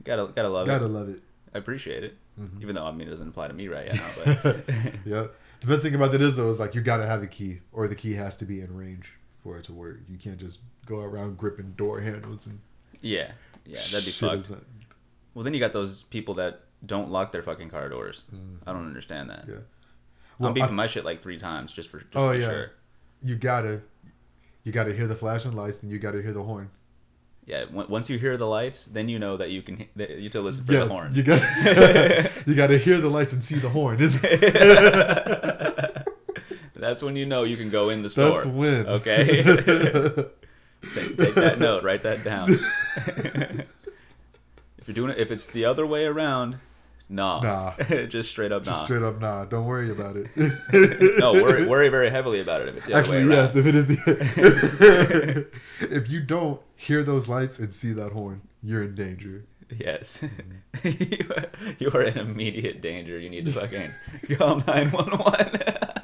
Speaker 1: Gotta gotta love
Speaker 2: Gotta
Speaker 1: it.
Speaker 2: love it.
Speaker 1: I appreciate it,
Speaker 2: Mm-hmm.
Speaker 1: even though I mean it doesn't apply to me right now. But
Speaker 2: yeah. The best thing about that is though is like you gotta have the key, or the key has to be in range for it to work. You can't just go around gripping door handles and
Speaker 1: yeah, yeah, that'd be
Speaker 2: shit
Speaker 1: fucked.
Speaker 2: is not-
Speaker 1: Well, then you got those people that don't lock their fucking car doors. I don't understand that.
Speaker 2: Mm-hmm. Yeah.
Speaker 1: I'm
Speaker 2: Well,
Speaker 1: beeping
Speaker 2: I,
Speaker 1: my shit like three times just for just
Speaker 2: Oh,
Speaker 1: for
Speaker 2: yeah.
Speaker 1: sure.
Speaker 2: you gotta, you gotta hear the flashing lights, and you gotta hear the horn.
Speaker 1: Yeah. on- Once you hear the lights, then you know that you can that you to listen for
Speaker 2: yes,
Speaker 1: the horn.
Speaker 2: you gotta, you gotta hear the lights and see the horn. Is
Speaker 1: That's when you know you can go in the store.
Speaker 2: that's when
Speaker 1: Okay. take, take that note. Write that down. if you're doing it, if it's the other way around, nah.
Speaker 2: Nah.
Speaker 1: just straight up nah.
Speaker 2: Straight up, nah. Don't worry about it.
Speaker 1: no, worry, worry very heavily about it if it's the
Speaker 2: Actually,
Speaker 1: other way around.
Speaker 2: yes. If it is the, if you don't hear those lights and see that horn, you're in danger.
Speaker 1: Yes. you, are, you are in immediate danger. You need to fucking call 911.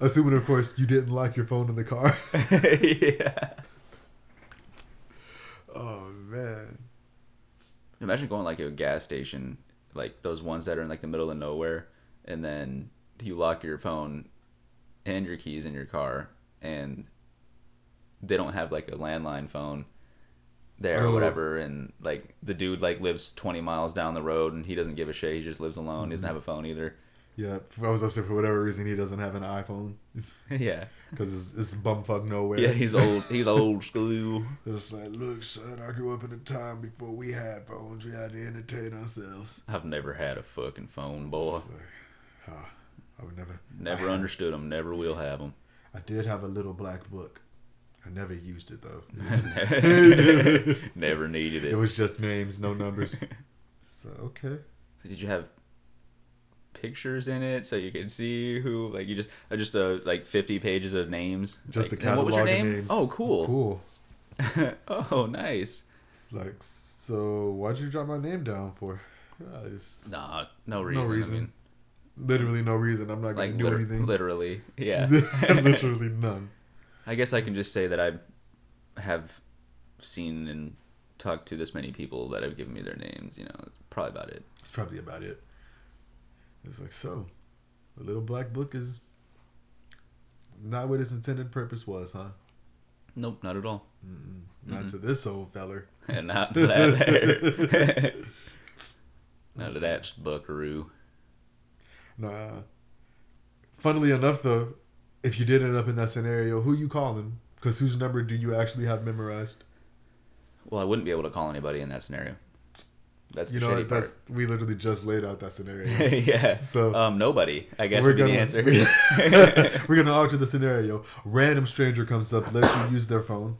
Speaker 2: Assuming, of course, you didn't lock your phone in the car.
Speaker 1: yeah.
Speaker 2: oh man.
Speaker 1: Imagine going like to a gas station, like those ones that are in like the middle of nowhere, and then you lock your phone and your keys in your car, and they don't have like a landline phone there or
Speaker 2: Oh.
Speaker 1: whatever, and like the dude like lives twenty miles down the road and he doesn't give a shit. He just lives alone. He
Speaker 2: Mm-hmm.
Speaker 1: doesn't have a phone either.
Speaker 2: Yeah, I was also for whatever reason he doesn't have an iPhone
Speaker 1: yeah.
Speaker 2: because it's, it's bumfuck nowhere.
Speaker 1: Yeah, he's old. He's old school.
Speaker 2: It's like, look, son, I grew up in a time before we had phones. We had to entertain ourselves.
Speaker 1: I've never had a fucking phone, boy.
Speaker 2: It's like, huh, I would never.
Speaker 1: Never understood them. Never will have them.
Speaker 2: I did have a little black book. I never used it though.
Speaker 1: never needed
Speaker 2: It
Speaker 1: it.
Speaker 2: was just names, no numbers. so okay.
Speaker 1: Did you have pictures in it so you could see who? Like you just uh, just uh, like fifty pages of names.
Speaker 2: Just
Speaker 1: like,
Speaker 2: the
Speaker 1: and
Speaker 2: catalog
Speaker 1: What was your
Speaker 2: of
Speaker 1: name?
Speaker 2: names.
Speaker 1: Oh, cool.
Speaker 2: Cool.
Speaker 1: oh, nice.
Speaker 2: It's like, so why'd you drop my name down for? Uh, it's-
Speaker 1: Nah, no reason. I
Speaker 2: reason.
Speaker 1: mean,
Speaker 2: literally no reason. I'm not gonna
Speaker 1: Like
Speaker 2: do
Speaker 1: liter-
Speaker 2: anything.
Speaker 1: literally, yeah.
Speaker 2: literally none.
Speaker 1: I guess I can just say that I have seen and talked to this many people that have given me their names. You know, that's probably about it.
Speaker 2: That's probably about it. It's like so, the little black book is not what its intended purpose was, huh?
Speaker 1: Nope, not at all. Mm-hmm.
Speaker 2: Not to this old feller.
Speaker 1: And not that. not that buckaroo.
Speaker 2: Nah. Funnily enough, though, if you did end up in that scenario, who you calling? Because whose number do you actually have memorized?
Speaker 1: Well, I wouldn't be able to call anybody in that scenario. That's
Speaker 2: You
Speaker 1: the
Speaker 2: know,
Speaker 1: shitty
Speaker 2: that's we literally just laid out that scenario.
Speaker 1: part. yeah.
Speaker 2: So-
Speaker 1: um, nobody, I guess, would be the answer.
Speaker 2: we're gonna alter the scenario. Random stranger comes up, lets you use their phone.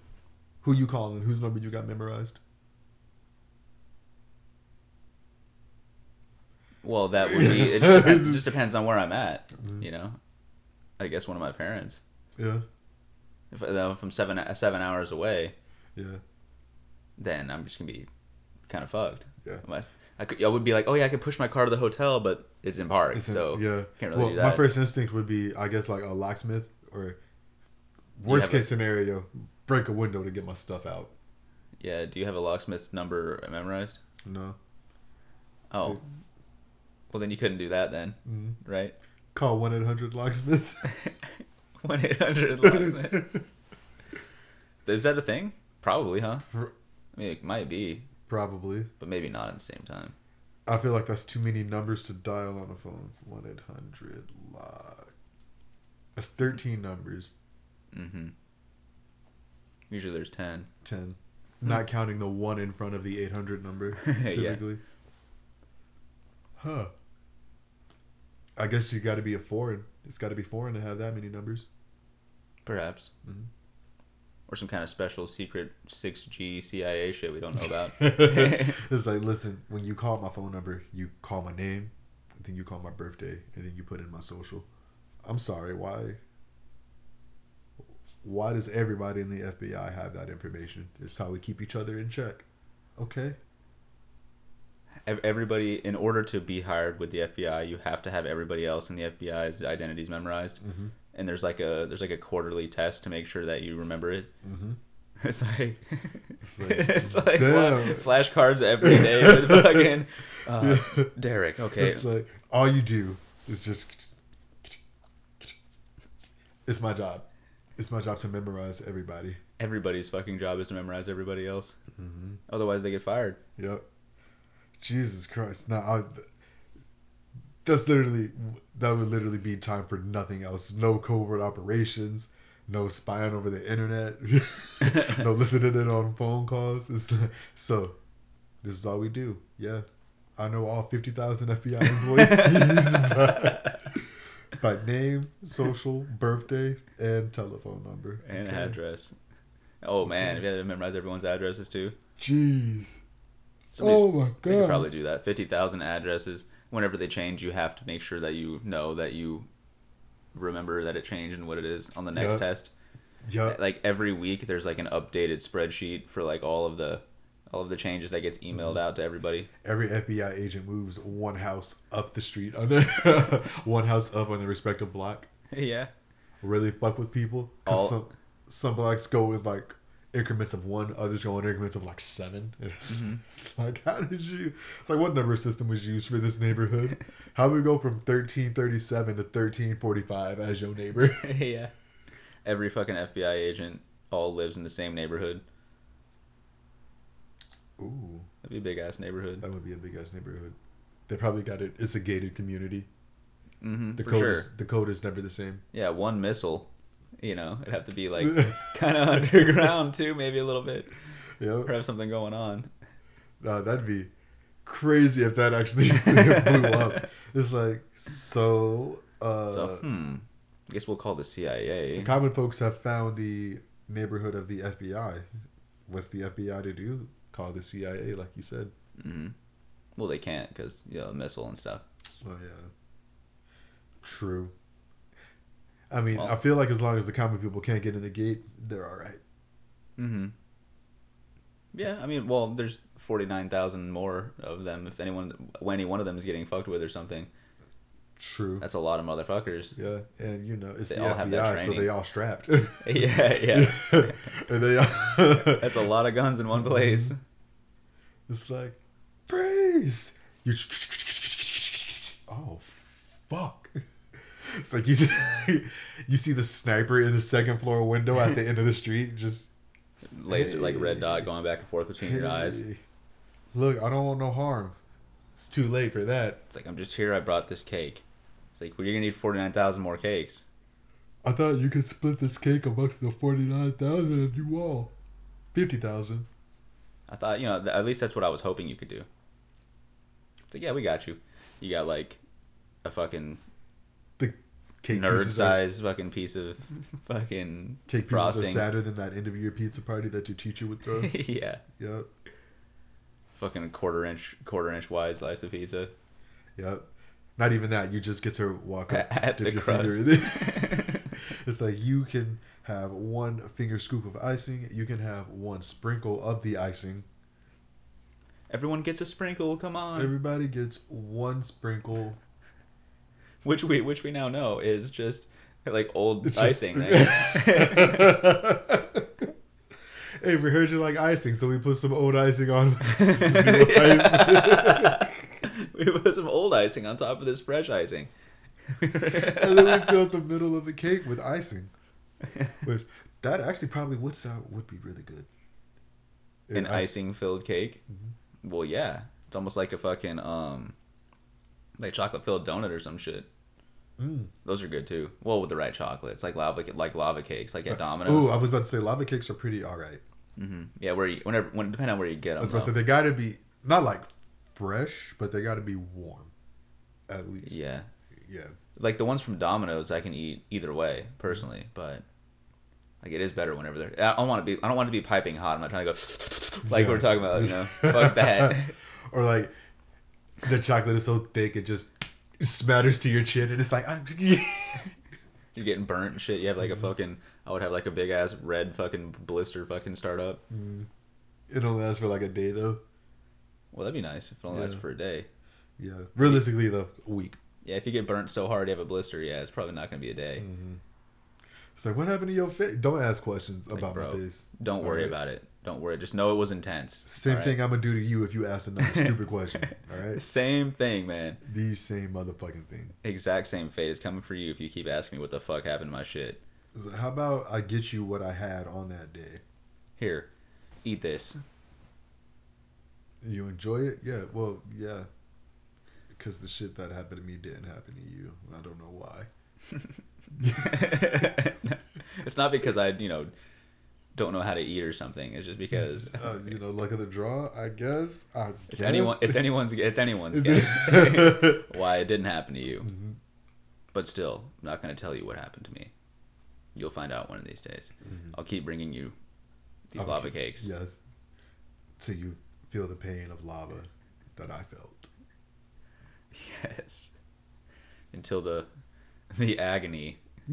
Speaker 2: Who you calling? Whose number you got memorized?
Speaker 1: well, that would be. It just depends, it just depends on where I'm at.
Speaker 2: Mm-hmm.
Speaker 1: You know, I guess one of my parents.
Speaker 2: Yeah,
Speaker 1: If, if I'm seven seven hours away,
Speaker 2: yeah.
Speaker 1: then I'm just gonna be kind of fucked.
Speaker 2: Yeah.
Speaker 1: Am I, I could, I would be like, oh yeah, I could push my car to the hotel, but it's in park,
Speaker 2: It's in-
Speaker 1: so
Speaker 2: yeah.
Speaker 1: can't really
Speaker 2: well,
Speaker 1: do that.
Speaker 2: my first instinct would be, I guess, like a locksmith or worst
Speaker 1: but-
Speaker 2: case scenario, break a window to get my stuff out.
Speaker 1: yeah. Do you have a locksmith's number memorized?
Speaker 2: No,
Speaker 1: Oh. Well, then you couldn't do that then,
Speaker 2: Mm-hmm.
Speaker 1: right?
Speaker 2: call one eight hundred locksmith.
Speaker 1: One eight hundred locksmith. Is that a thing? Probably, huh?
Speaker 2: Pr-
Speaker 1: I mean, it might be,
Speaker 2: Probably.
Speaker 1: but maybe not at the same time.
Speaker 2: I feel like that's too many numbers to dial on a phone. One eight hundred lock. That's thirteen numbers.
Speaker 1: Mm-hmm. Usually there's ten.
Speaker 2: 10 not counting the one in front of the 800 number
Speaker 1: Yeah.
Speaker 2: typically huh i guess you got to be a foreign it's got to be foreign to have that many numbers
Speaker 1: Perhaps.
Speaker 2: Mhm.
Speaker 1: Or some kind of special secret 6G CIA shit we don't know about.
Speaker 2: it's like listen when you call my phone number you call my name and then you call my birthday and then you put in my social i'm sorry why why does everybody in the fbi have that information it's how we keep each other in check okay
Speaker 1: Ev- Everybody, in order to be hired with the FBI, you have to have everybody else in the FBI's identities memorized.
Speaker 2: Mm-hmm.
Speaker 1: And there's like a there's like a quarterly test to make sure that you remember it. Mm-hmm. It's like it's
Speaker 2: like,
Speaker 1: like, fla-
Speaker 2: damn.
Speaker 1: flashcards every day with fucking uh, Derek. Okay,
Speaker 2: It's like all you do is just. It's my job. It's my job to memorize everybody.
Speaker 1: everybody's fucking job is to memorize everybody else.
Speaker 2: Mm-hmm.
Speaker 1: Otherwise, they get fired.
Speaker 2: Yep. Jesus Christ! Now, I, that's literally that would literally be time for nothing else. No covert operations. No spying over the internet. no listening in on phone calls. It's like, so, this is all we do. Yeah, I know all fifty thousand FBI employees by, by name, social, birthday, and telephone number
Speaker 1: and
Speaker 2: Okay.
Speaker 1: address. Oh man, if you had to memorize everyone's addresses too.
Speaker 2: Jeez.
Speaker 1: Somebody's-
Speaker 2: Oh my
Speaker 1: They could
Speaker 2: God.
Speaker 1: probably do that. Fifty thousand addresses. Whenever they change, you have to make sure that you know that you remember that it changed and what it is on the next
Speaker 2: Yeah.
Speaker 1: test.
Speaker 2: Yup.
Speaker 1: Like every week, there's like an updated spreadsheet for like all of the all of the changes that gets
Speaker 2: Mm-hmm.
Speaker 1: emailed out to everybody.
Speaker 2: every FBI agent moves one house up the street on their one house up on their respective block.
Speaker 1: yeah.
Speaker 2: Really fuck with people. 'Cause
Speaker 1: All-
Speaker 2: some some blocks go with like increments of one, others go in increments of like seven. And It's,
Speaker 1: Mm-hmm.
Speaker 2: it's like how did you? It's like what number system was used for this neighborhood? How do we go from thirteen thirty seven to thirteen forty five as your neighbor?
Speaker 1: yeah. Every fucking FBI agent all lives in the same neighborhood.
Speaker 2: Ooh,
Speaker 1: That'd be a big ass neighborhood.
Speaker 2: that would be a big ass neighborhood. They probably got it. It's a gated community.
Speaker 1: Mm-hmm,
Speaker 2: The
Speaker 1: for
Speaker 2: code
Speaker 1: sure.
Speaker 2: is the code is never the same.
Speaker 1: Yeah, one missile. You know, it'd have to be like kind of underground too, maybe a little bit,
Speaker 2: Yep.
Speaker 1: or have something going on.
Speaker 2: Nah, that'd be crazy if that actually blew up. It's like so. Uh,
Speaker 1: So, hmm. I guess we'll call the CIA.
Speaker 2: Common folks have found the neighborhood of the FBI. What's the FBI to do? Call the CIA, like you said.
Speaker 1: Well, they can't because you know missile and stuff.
Speaker 2: Oh yeah. True. I mean,
Speaker 1: Well-
Speaker 2: I feel like as long as the common people can't get in the gate, they're all right.
Speaker 1: Mm-hmm. Yeah, I mean, well, there's forty nine thousand more of them. If anyone, when any one of them is getting fucked with or something,
Speaker 2: True.
Speaker 1: That's a lot of motherfuckers.
Speaker 2: Yeah, and you know it's
Speaker 1: They
Speaker 2: the
Speaker 1: all have that
Speaker 2: FBI, so they
Speaker 1: training.
Speaker 2: all strapped.
Speaker 1: Yeah, yeah.
Speaker 2: and they all,
Speaker 1: That's a lot of guns in one place.
Speaker 2: it's like freeze. You oh fuck. It's like you see, you see the sniper in the second floor window at the end of the street. Just
Speaker 1: Laser like red dot going back and forth between your eyes.
Speaker 2: "Hey, Look, I don't want no harm. It's too late for that.
Speaker 1: It's like I'm just here. I brought this cake. It's like well, you're gonna need forty nine thousand more cakes.
Speaker 2: I thought you could split this cake amongst the forty nine thousand of you all. Fifty thousand.
Speaker 1: I thought you know th- at least that's what I was hoping you could do. It's like yeah, we got you. You got like a fucking
Speaker 2: The cake
Speaker 1: nerd
Speaker 2: pieces are-
Speaker 1: size fucking piece of fucking
Speaker 2: Cake pieces are
Speaker 1: frosting.
Speaker 2: sadder than that end of year pizza party that your teacher would throw.
Speaker 1: yeah,
Speaker 2: yep,
Speaker 1: fucking quarter inch quarter inch wide slice of pizza.
Speaker 2: yep. Not even that. You just get to walk up
Speaker 1: At the
Speaker 2: in it. it's like you can have one finger scoop of icing. You can have one sprinkle of the icing.
Speaker 1: Everyone gets a sprinkle. Come on,
Speaker 2: Everybody gets one sprinkle.
Speaker 1: which we which we now know is just like old
Speaker 2: It's just-
Speaker 1: icing.
Speaker 2: Hey, we heard you like icing, so we put some old icing on. Some new icing.
Speaker 1: Yeah. we put some old icing on top of this fresh icing.
Speaker 2: and then we filled the middle of the cake with icing. Which that actually probably would sound would be really good.
Speaker 1: an
Speaker 2: And ice-
Speaker 1: icing filled cake.
Speaker 2: Mm-hmm.
Speaker 1: Well, yeah, it's almost like a fucking um, like chocolate filled donut or some shit.
Speaker 2: Mm.
Speaker 1: Those are good too. Well, with the right chocolate, it's like lava, like lava cakes, like at
Speaker 2: Uh, Ooh,
Speaker 1: Domino's.
Speaker 2: I was about to say lava cakes are pretty all right.
Speaker 1: hmm Yeah, where you, whenever, when, depending on where you get
Speaker 2: I
Speaker 1: them.
Speaker 2: was about to say they got to be not like fresh, but they got to be warm, at least.
Speaker 1: yeah,
Speaker 2: Yeah.
Speaker 1: like the ones from Domino's, I can eat either way personally, but like it is better whenever they're. I don't want to be. I don't want to be piping hot. I'm not trying to go like
Speaker 2: Yeah.
Speaker 1: we're talking about. You know, fuck that.
Speaker 2: or like the chocolate is so thick it just smatters to your chin, and it's like I'm.
Speaker 1: You're getting burnt and shit. You have like a fucking. I would have like a big ass red fucking blister fucking start up.
Speaker 2: it only lasts for like a day though.
Speaker 1: Well, that'd be nice if it only lasts
Speaker 2: Yeah.
Speaker 1: for a day.
Speaker 2: Yeah. Realistically, though, a week.
Speaker 1: Yeah, if you get burnt so hard you have a blister, yeah, it's probably not gonna be a day.
Speaker 2: Mm. It's like, what happened to your face? Don't ask questions
Speaker 1: Like,
Speaker 2: about
Speaker 1: bro,
Speaker 2: my face.
Speaker 1: Don't worry
Speaker 2: Alright?
Speaker 1: about it. Don't worry. Just know it was intense.
Speaker 2: Same
Speaker 1: alright?
Speaker 2: thing I'm gonna do to you if you ask another stupid question. All right,
Speaker 1: Same thing, man.
Speaker 2: the same motherfucking thing.
Speaker 1: Exact same fate is coming for you if you keep asking me what the fuck happened to my shit.
Speaker 2: It's like, How about I get you what I had on that day?
Speaker 1: Here, eat this.
Speaker 2: You enjoy it? Yeah. Well, yeah. Because the shit that happened to me didn't happen to you. and I don't know why.
Speaker 1: it's not because I, you know, don't know how to eat or something. It's just because
Speaker 2: Uh, you know, luck of the draw. I guess. I
Speaker 1: it's
Speaker 2: guess.
Speaker 1: anyone. It's anyone's. It's anyone's
Speaker 2: Is
Speaker 1: guess
Speaker 2: it-
Speaker 1: why it didn't happen to you. But still, I'm not going to tell you what happened to me. You'll find out one of these days. I'll keep bringing you these
Speaker 2: I'll
Speaker 1: lava
Speaker 2: keep-
Speaker 1: cakes.
Speaker 2: yes. So you feel the pain of lava that I felt.
Speaker 1: Yes. Until the the agony.
Speaker 2: so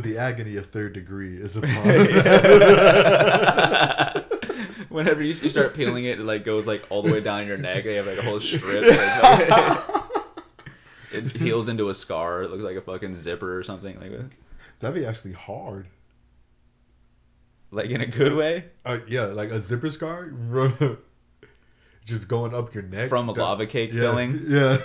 Speaker 2: the agony of third degree is upon.
Speaker 1: Whenever you, you start peeling it, it like goes like all the way down your neck. They have like a whole strip. like, it heals into a scar. It looks like a fucking zipper or something like that.
Speaker 2: That'd be actually hard.
Speaker 1: Like in a good way
Speaker 2: Uh, yeah, like a zipper scar, from- just going up your neck
Speaker 1: from a
Speaker 2: down-
Speaker 1: lava cake
Speaker 2: yeah,
Speaker 1: filling.
Speaker 2: Yeah,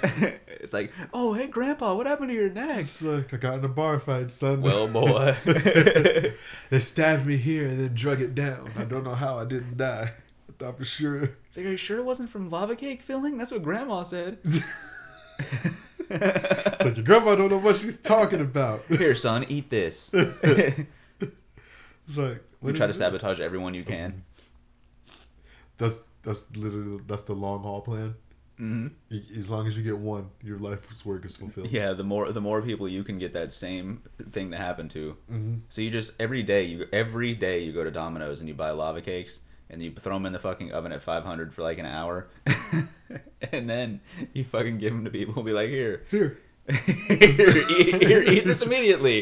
Speaker 1: it's like, oh hey grandpa, what happened to your neck?
Speaker 2: it's like I got in a bar fight, son.
Speaker 1: Well, boy.
Speaker 2: they stabbed me here and then drug it down. I don't know how I didn't die. I thought for sure.
Speaker 1: It's like, are you sure it wasn't from lava cake filling? That's what grandma said.
Speaker 2: It's like your grandma don't know what she's talking about.
Speaker 1: Here, son, eat this. you
Speaker 2: It's like what
Speaker 1: try to
Speaker 2: is this?
Speaker 1: sabotage everyone you can.
Speaker 2: That's that's literally that's the long haul plan.
Speaker 1: Mhm.
Speaker 2: Y- As long as you get one, your life's work is fulfilled.
Speaker 1: Yeah, the more the more people you can get that same thing to happen to.
Speaker 2: Mhm.
Speaker 1: So you just every day you every day you go to Domino's and you buy lava cakes and you throw them in the fucking oven at 500 for like an hour, and then you fucking give them to people and be like, here,
Speaker 2: Here,
Speaker 1: here, eat, here, eat this immediately.
Speaker 2: you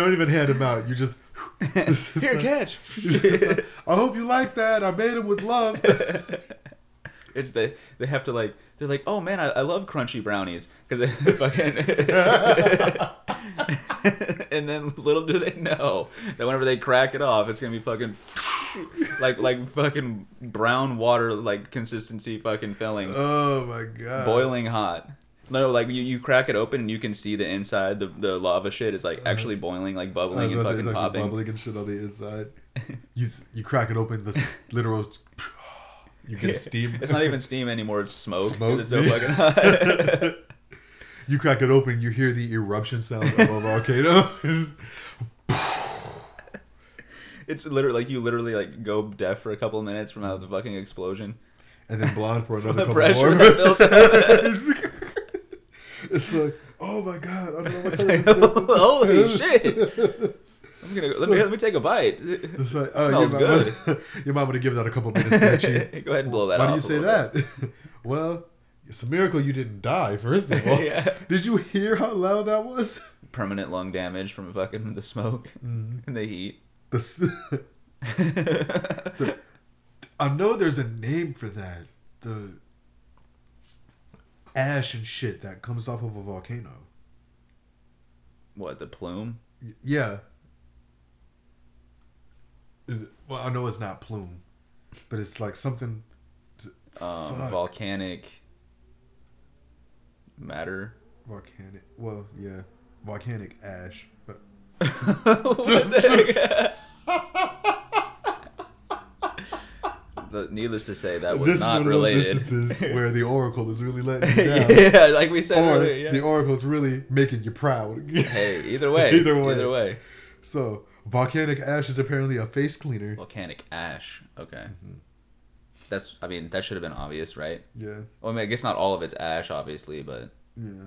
Speaker 2: don't even hand them out. You just it's just
Speaker 1: Here,
Speaker 2: like-
Speaker 1: catch.
Speaker 2: it's just like, I hope you like that. I made them with love.
Speaker 1: it's they they have to like they're like, oh man, I, I love crunchy brownies because fucking. and then little do they know that whenever they crack it off, it's gonna be fucking like like fucking brown water like consistency fucking filling
Speaker 2: Oh my god.
Speaker 1: boiling hot. No, like you, you crack it open and you can see the inside. The, the lava shit is like actually boiling, like
Speaker 2: Uh-huh. I
Speaker 1: bubbling
Speaker 2: was
Speaker 1: and
Speaker 2: about to say, it's
Speaker 1: fucking
Speaker 2: actually
Speaker 1: popping.
Speaker 2: bubbling and shit on the inside. You s- you crack it open, the s- literal. s- You get steam.
Speaker 1: It's not even steam anymore. It's smoke.
Speaker 2: Smoke,
Speaker 1: It's so
Speaker 2: yeah.
Speaker 1: fucking hot.
Speaker 2: You crack it open, you hear the eruption sound of a volcano.
Speaker 1: it's literally like you literally like go deaf for a couple of minutes from out of the fucking explosion.
Speaker 2: and then blonde for another
Speaker 1: The
Speaker 2: couple
Speaker 1: pressure
Speaker 2: more.
Speaker 1: that built up.
Speaker 2: it's like, oh my god, I don't know what
Speaker 1: It's
Speaker 2: time
Speaker 1: like,
Speaker 2: it is.
Speaker 1: holy shit! I'm gonna go, let me let me take a bite.
Speaker 2: It's like,
Speaker 1: It
Speaker 2: oh,
Speaker 1: smells
Speaker 2: your
Speaker 1: good.
Speaker 2: mom, your mom would have given that a couple minutes, didn't
Speaker 1: go
Speaker 2: she?
Speaker 1: ahead and blow that.
Speaker 2: Why
Speaker 1: off
Speaker 2: do you
Speaker 1: a
Speaker 2: say
Speaker 1: little bit.
Speaker 2: that? well, it's a miracle you didn't die. First of all,
Speaker 1: Yeah.
Speaker 2: did you hear how loud that Mm-hmm. was?
Speaker 1: Permanent lung damage from fucking the smoke and the heat.
Speaker 2: The, s- I know there's a name for that. The ash and shit that comes off of a volcano.
Speaker 1: what the plume?
Speaker 2: Y- yeah. Is it, well, I know it's not plume, but it's like something. To,
Speaker 1: Um,
Speaker 2: Fuck.
Speaker 1: volcanic matter.
Speaker 2: volcanic. Well, yeah, volcanic ash. But
Speaker 1: What's that? But needless to say, that was not related.
Speaker 2: instances where the oracle is really letting you down.
Speaker 1: yeah, like we said
Speaker 2: Or
Speaker 1: earlier. Yeah.
Speaker 2: the oracle's really making you proud.
Speaker 1: hey, either way,
Speaker 2: Either way.
Speaker 1: either way.
Speaker 2: So, volcanic ash is apparently a face cleaner.
Speaker 1: Volcanic ash. Okay,
Speaker 2: Mm-hmm.
Speaker 1: that's. I mean, that should have been obvious, right?
Speaker 2: Yeah,
Speaker 1: Well, I mean, I guess not all of it's ash, obviously, but
Speaker 2: yeah.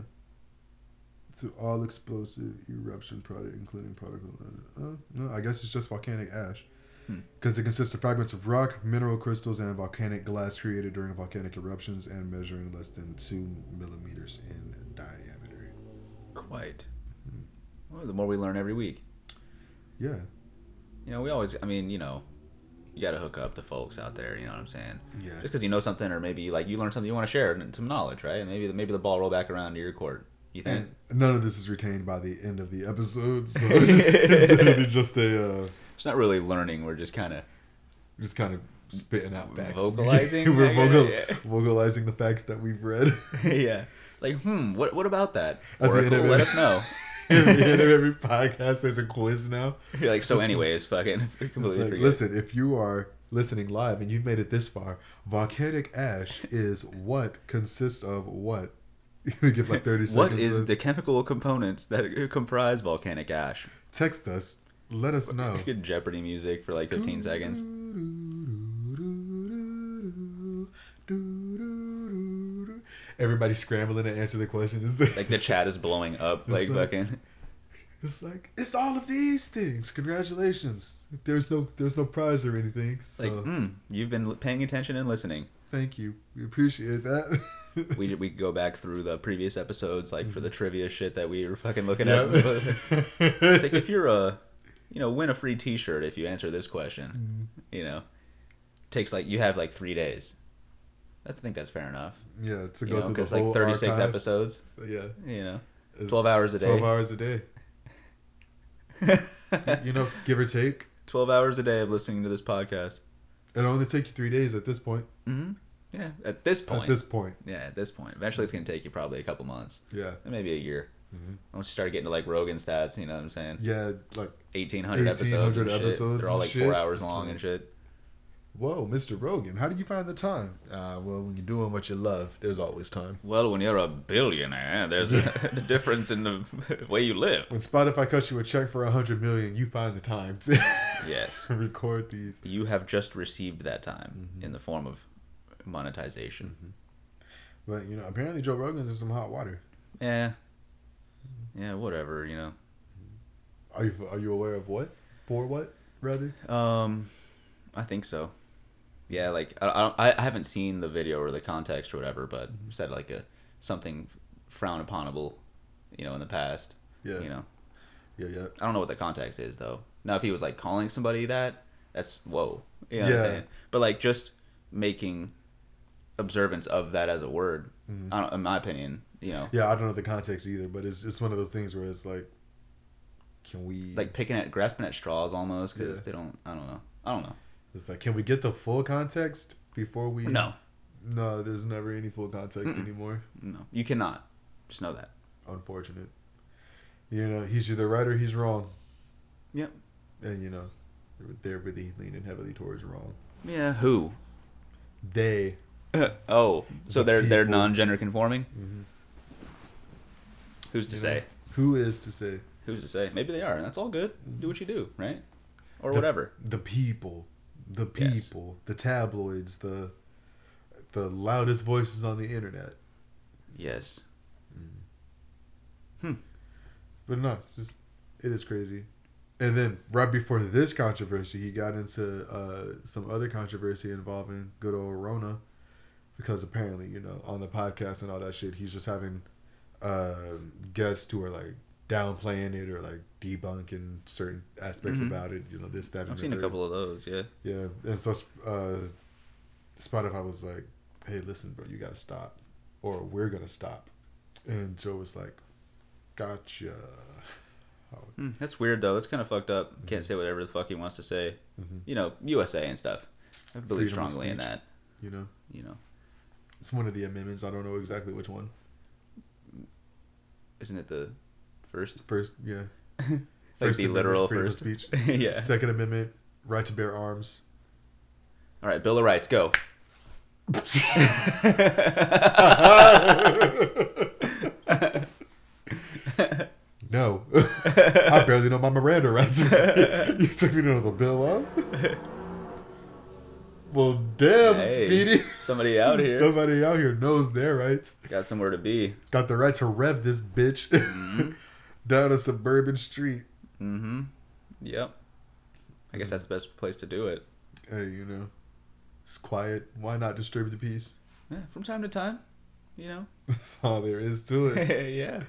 Speaker 2: To all explosive eruption product, including product. Uh, no, I guess it's just volcanic ash.
Speaker 1: Hmm.
Speaker 2: Because it consists of fragments of rock, mineral crystals, and volcanic glass created during volcanic eruptions and measuring less than two millimeters in diameter.
Speaker 1: quite.
Speaker 2: Mm-hmm.
Speaker 1: Well, the more we learn every week,
Speaker 2: Yeah,
Speaker 1: you know, we always. I mean, you know, you got to hook up the folks out there. You know what I'm saying?
Speaker 2: yeah.
Speaker 1: Just because you know something, or maybe like you learn something, you want to share and some knowledge, right? And maybe maybe the ball roll back around to your court. You think?
Speaker 2: And none of this is retained by the end of the episode, so it's it's literally just a uh,
Speaker 1: It's not really learning. We're just kind of
Speaker 2: just kind of spitting out facts.
Speaker 1: Vocalizing?
Speaker 2: We're
Speaker 1: I
Speaker 2: vocal,
Speaker 1: guess, yeah.
Speaker 2: vocalizing the facts that we've read.
Speaker 1: yeah. Like, hmm, what what about that?
Speaker 2: At the end
Speaker 1: Oracle,
Speaker 2: of it-
Speaker 1: let us know.
Speaker 2: At the end of every podcast, there's a quiz now.
Speaker 1: You're like, so anyways, fucking I
Speaker 2: It's
Speaker 1: completely
Speaker 2: like,
Speaker 1: forget.
Speaker 2: listen, if you are listening live and you've made it this far, volcanic ash is what consists of what? we give like 30 seconds.
Speaker 1: what is
Speaker 2: of-
Speaker 1: the chemical components that comprise volcanic ash?
Speaker 2: Text us. Let us know.
Speaker 1: You could Jeopardy music for like
Speaker 2: Mm.
Speaker 1: 15 seconds.
Speaker 2: Everybody scrambling to answer the question. It's
Speaker 1: Like the chat is blowing up, like
Speaker 2: like-
Speaker 1: fucking.
Speaker 2: It's like it's all of these things. Congratulations. There's no there's no prize or anything. So
Speaker 1: Like, hmm, you've been li- paying attention and listening.
Speaker 2: thank you. We appreciate that.
Speaker 1: We did- we could go back through the previous episodes, like
Speaker 2: Mm.
Speaker 1: for the trivia shit that we were fucking looking at. It's like if you're a, you know, win a free T-shirt if you answer this question.
Speaker 2: Mm-hmm.
Speaker 1: You know, takes like you have like three days. That's, I think that's fair enough.
Speaker 2: yeah, to
Speaker 1: You
Speaker 2: go
Speaker 1: know,
Speaker 2: through
Speaker 1: because
Speaker 2: the whole
Speaker 1: like 36
Speaker 2: archive.
Speaker 1: episodes.
Speaker 2: So, yeah,
Speaker 1: You know,
Speaker 2: It's
Speaker 1: 12 hours a day.
Speaker 2: twelve hours a day. you know, give or take.
Speaker 1: 12 hours a day of listening to this podcast.
Speaker 2: It'll only take you three days at this point.
Speaker 1: hmm Yeah, at this point.
Speaker 2: At this point,
Speaker 1: yeah, at this point. Eventually, it's going to take you probably a couple months,
Speaker 2: yeah,
Speaker 1: and maybe a year.
Speaker 2: Mm-hmm.
Speaker 1: Once you start getting to like Rogan stats, you know what I'm saying?
Speaker 2: yeah. Like
Speaker 1: 1,800 episodes.
Speaker 2: 1,800
Speaker 1: and shit.
Speaker 2: episodes
Speaker 1: They're all
Speaker 2: and
Speaker 1: like
Speaker 2: shit.
Speaker 1: four hours
Speaker 2: It's
Speaker 1: long
Speaker 2: like-
Speaker 1: and shit.
Speaker 2: whoa, Mr. Rogan, how do you find the time? Uh, well, when you're doing what you love, there's always time.
Speaker 1: Well, when you're a billionaire, there's a difference in the way you live.
Speaker 2: When Spotify cuts you a check for a hundred million, you find the time to
Speaker 1: Yes.
Speaker 2: record these.
Speaker 1: You have just received that time in the form of monetization.
Speaker 2: But you know, apparently Joe Rogan's in some hot water.
Speaker 1: Yeah. Eh. Yeah, whatever, you know.
Speaker 2: Are you are you aware of what for what rather?
Speaker 1: Um, I think so. Yeah, like I- I, don't- I, I haven't seen the video or the context or whatever, but said like a something frown uponable, you know, in the past.
Speaker 2: Yeah.
Speaker 1: You know,
Speaker 2: Yeah, yeah.
Speaker 1: I don't know what the context is though. Now, if he was like calling somebody that, that's whoa. You know what I'm
Speaker 2: Yeah.
Speaker 1: saying? But like just making observance of that as a word. I don't, in my opinion, you know,
Speaker 2: Mm-hmm. Yeah, I don't know the context either, but it's just one of those things where it's like, can we
Speaker 1: like picking at grasping at straws almost because
Speaker 2: Yeah.
Speaker 1: they don't. I don't know. I don't know.
Speaker 2: It's like, can we get the full context before we?
Speaker 1: No,
Speaker 2: no. There's never any full context anymore.
Speaker 1: no, you cannot. Just know that.
Speaker 2: Unfortunate. You know, he's either right or he's wrong,
Speaker 1: Yep.
Speaker 2: and you know, they're really leaning heavily towards wrong.
Speaker 1: Yeah. Who?
Speaker 2: They
Speaker 1: oh, so they're
Speaker 2: The
Speaker 1: they're
Speaker 2: people. Mm-hmm.
Speaker 1: non-gender conforming. Who's to
Speaker 2: You know?
Speaker 1: say?
Speaker 2: who is to say
Speaker 1: Who's to say? Maybe they are, and that's all good. Do what you do, right? Or
Speaker 2: The-
Speaker 1: whatever.
Speaker 2: the people, the
Speaker 1: Yes.
Speaker 2: people, the tabloids, the the loudest voices on the internet.
Speaker 1: Yes.
Speaker 2: But no, it's just it is crazy. And then right before this controversy, he got into uh, some other controversy involving good old Rona, because apparently you know on the podcast and all that shit, he's just having uh, guests who are like downplaying it or like debunking certain aspects
Speaker 1: Mhm.
Speaker 2: about it. You know this, that, and
Speaker 1: I've
Speaker 2: the
Speaker 1: seen a
Speaker 2: third.
Speaker 1: couple of those. Yeah.
Speaker 2: Yeah, and so uh, Spotify was like, "Hey, listen, bro, you gotta stop, or we're gonna stop." And Joe was like, "Gotcha."
Speaker 1: Hmm, that's weird though. That's kind of fucked up. Can't say whatever the fuck he wants to say.
Speaker 2: Mhm.
Speaker 1: You know, USA and stuff. I believe
Speaker 2: Freedom of
Speaker 1: strongly in
Speaker 2: speech.
Speaker 1: that.
Speaker 2: You know,
Speaker 1: You know,
Speaker 2: it's one of the amendments. I don't know exactly which one.
Speaker 1: isn't it the first?
Speaker 2: First, yeah,
Speaker 1: Like
Speaker 2: First
Speaker 1: the
Speaker 2: Amendment,
Speaker 1: literal
Speaker 2: freedom
Speaker 1: first.
Speaker 2: of speech.
Speaker 1: yeah.
Speaker 2: Second Amendment, right to bear arms.
Speaker 1: All right, Bill of Rights, go.
Speaker 2: No, I barely know my Miranda rights. you took me to the bill of. well, damn,
Speaker 1: Hey,
Speaker 2: Speedy.
Speaker 1: somebody out here
Speaker 2: Somebody out here knows their rights.
Speaker 1: got somewhere to be.
Speaker 2: Got the right to rev this bitch down a suburban street.
Speaker 1: Mm-hmm. Yep. I guess that's the best place to do it.
Speaker 2: Hey, you know, it's quiet. Why not disturb the peace?
Speaker 1: Yeah, from time to time. You know.
Speaker 2: That's all there is to it.
Speaker 1: yeah.